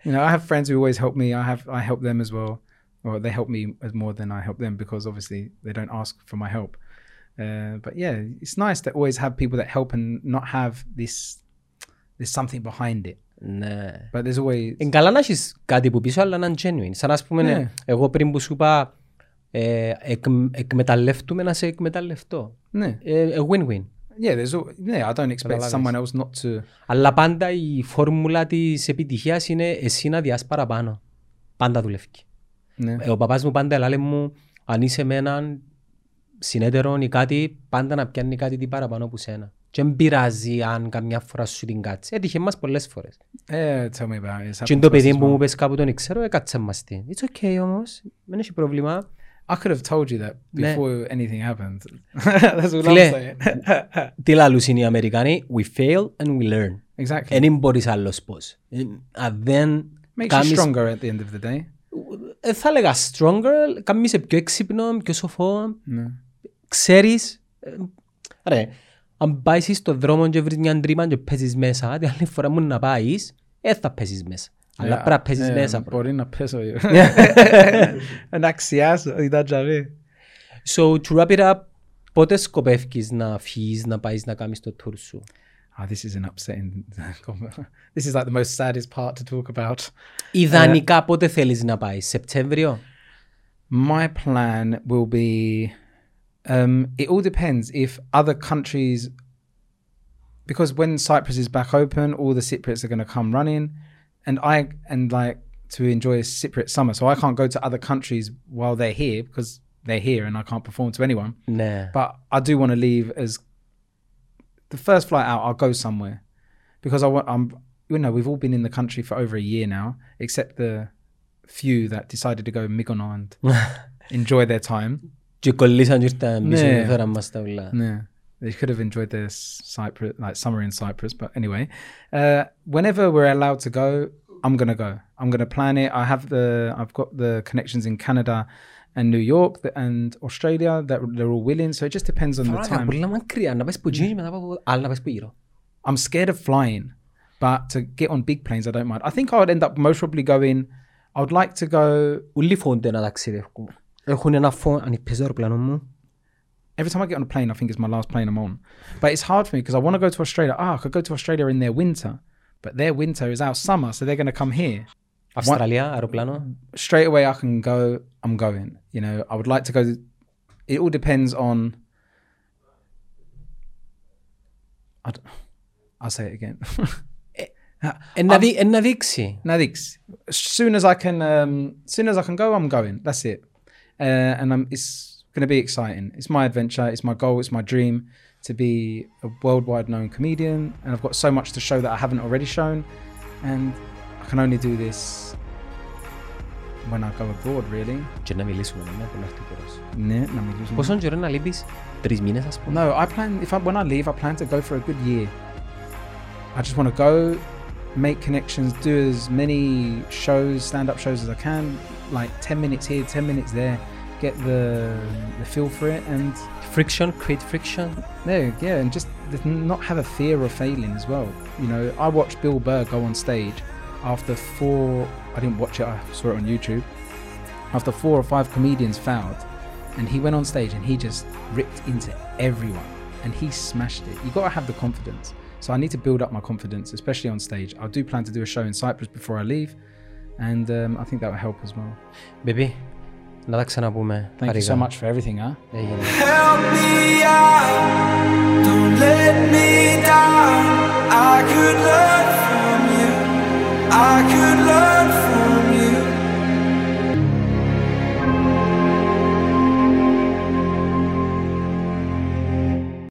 Speaker 1: you know, I have friends who always help me. I have I help them as well, or they help me as more than I help them because obviously they don't ask for my help. Uh, but yeah, it's nice to always have people that help and not have this. There's something behind it,
Speaker 3: ναι.
Speaker 1: but there's always
Speaker 3: Είναι καλά να έχεις κάτι που πίσω, αλλά να είναι genuine. Σαν να πούμε,
Speaker 1: Ναι.
Speaker 3: εγώ πριν που σου είπα, ε, εκ, εκμεταλλεύτομαι να σε εκμεταλλευτώ.
Speaker 1: yeah,
Speaker 3: Ε, a win-win.
Speaker 1: yeah. There's all, yeah. I don't expect
Speaker 3: Καταλάβες.
Speaker 1: someone else not to.
Speaker 3: Αλλά πάντα η φόρμουλα της επιτυχίας είναι εσύ να διάς παραπάνω. Πάντα δουλεύει.
Speaker 1: Yeah.
Speaker 3: Ε, ο παπάς μου πάντα έλεγε μου, αν είσαι με έναν συνέτερον ή κάτι, πάντα να πιάνει κάτι τι παραπάνω από σένα. Και δεν πειράζει αν καμιά φορά σου την κάτσει. Έτυχε μας πολλές φορές.
Speaker 1: Yeah, tell me about it. It's
Speaker 3: Και
Speaker 1: happened
Speaker 3: το
Speaker 1: to us
Speaker 3: παιδί
Speaker 1: as
Speaker 3: που
Speaker 1: well.
Speaker 3: μου πες κάπου τον ξέρω, έκατσε μας τι. It's okay όμως, δεν έχει πρόβλημα.
Speaker 1: I could have told you that
Speaker 3: Ναι.
Speaker 1: before anything happened. That's all I'm
Speaker 3: Φιλέ.
Speaker 1: saying.
Speaker 3: Τι λαλούς είναι οι Αμερικανοί, we fail and we learn.
Speaker 1: exactly.
Speaker 3: Δεν μπορείς άλλος πώς. Ε, Αν δεν
Speaker 1: Makes you
Speaker 3: κάνεις...
Speaker 1: stronger at the end of the day.
Speaker 3: ε, Θα έλεγα stronger, κάνεις σε πιο έξυπνο, πιο σοφό. Ξέρεις... ε, Ρε, αν πάεις στον δρόμο και βρεις μια τρύπα και παίζεις μέσα, την άλλη φορά μου να πάεις, ε, θα παίζεις μέσα. Αλλά πρέπει να παίζεις
Speaker 1: eh,
Speaker 3: μέσα. πρώτα.
Speaker 1: Ε, Μπορεί να πέσω εγώ. Να αξιάσω, ήταν τζαβή.
Speaker 3: So, to wrap it up, πότε σκοπεύεις να φύγεις, να πάεις να κάνεις το tour σου.
Speaker 1: Ah, this is an upsetting. this is like the most saddest part to talk about.
Speaker 3: Ιδανικά πότε θέλεις να πάεις, Σεπτέμβριο.
Speaker 1: My plan will be. Um, it all depends if other countries, because when Cyprus is back open, all the Cypriots are going to come running, and I and like to enjoy a Cypriot summer. So I can't go to other countries while they're here because they're here and I can't perform to anyone.
Speaker 3: Ναι.
Speaker 1: But I do want to leave as the first flight out. I'll go somewhere because I want. I'm. You know, we've all been in the country for over a year now, except the few that decided to go Mykonos and
Speaker 3: Ναι.
Speaker 1: enjoy their time.
Speaker 3: Και κολλήσαν και ήρθαν πίσω
Speaker 1: Ναι.
Speaker 3: και φέραν μας τα ουλά.
Speaker 1: Yeah, they could have enjoyed their Cyprus, like summer in Cyprus. But anyway, uh, whenever we're allowed to go, I'm gonna go. I'm gonna plan it. I have the. I've got the connections in Canada. And New York th- and Australia, that they're all willing. So it just depends on the
Speaker 3: Φράκα,
Speaker 1: time.
Speaker 3: πολλά μακριά, να πας που γίνει μετά από άλλα να πας που γύρω.
Speaker 1: I'm scared of flying, but to get on big planes, I don't mind. I think I would end up most probably going. I would like to go
Speaker 3: Ούλοι φοβούνται να ταξιδεύουν. Έχουν ένα φόβο, αν υπήρχε το αεροπλάνο μου.
Speaker 1: every time I get on a plane. I think it's my last plane I'm on, but it's hard for me because I want to go to Australia. Ah, I could go to Australia in their winter, but their winter is our summer, so they're going to come here.
Speaker 3: Αυστραλία, αεροπλάνο.
Speaker 1: straight away I can go, I'm going. You know, I would like to go. It all depends on. I d- I'll say it again.
Speaker 3: Ε, να δει- ε, να δείξει.
Speaker 1: Nadix, as soon as I can, um, as soon as I can go, I'm going. That's it, uh, and i it's going to be exciting. It's my adventure. It's my goal. It's my dream to be a worldwide known comedian, and I've got so much to show that I haven't already shown, and I can only do this when I go abroad, really.
Speaker 3: Και να μιλήσουμε, ναι, που να έρθει ο καιρός.
Speaker 1: Ναι, να μην λύσουμε.
Speaker 3: Πόσον καιρό να λείπεις, τρεις μήνες ας πούμε.
Speaker 1: No, I plan. If I when I leave, I plan to go for a good year. I just want to go, make connections, do as many shows, stand-up shows as I can, like ten minutes here, ten minutes there, get the the feel for it, and
Speaker 3: Friction, create friction.
Speaker 1: no, yeah, and just th- not have a fear of failing as well. You know, I watched Bill Burr go on stage after four. I didn't watch it. I saw it on YouTube. After four or five comedians fouled, And he went on stage and he just ripped into everyone and he smashed it. You got to have the confidence. So I need to build up my confidence, especially on stage. I do plan to do a show in Cyprus before I leave, and um, I think that will help as well.
Speaker 3: Baby, να τα ξαναπούμε.
Speaker 1: Thank you so much for everything, huh?
Speaker 3: Έγινε.
Speaker 6: Help me out, don't let me down. I could learn from you. I could learn.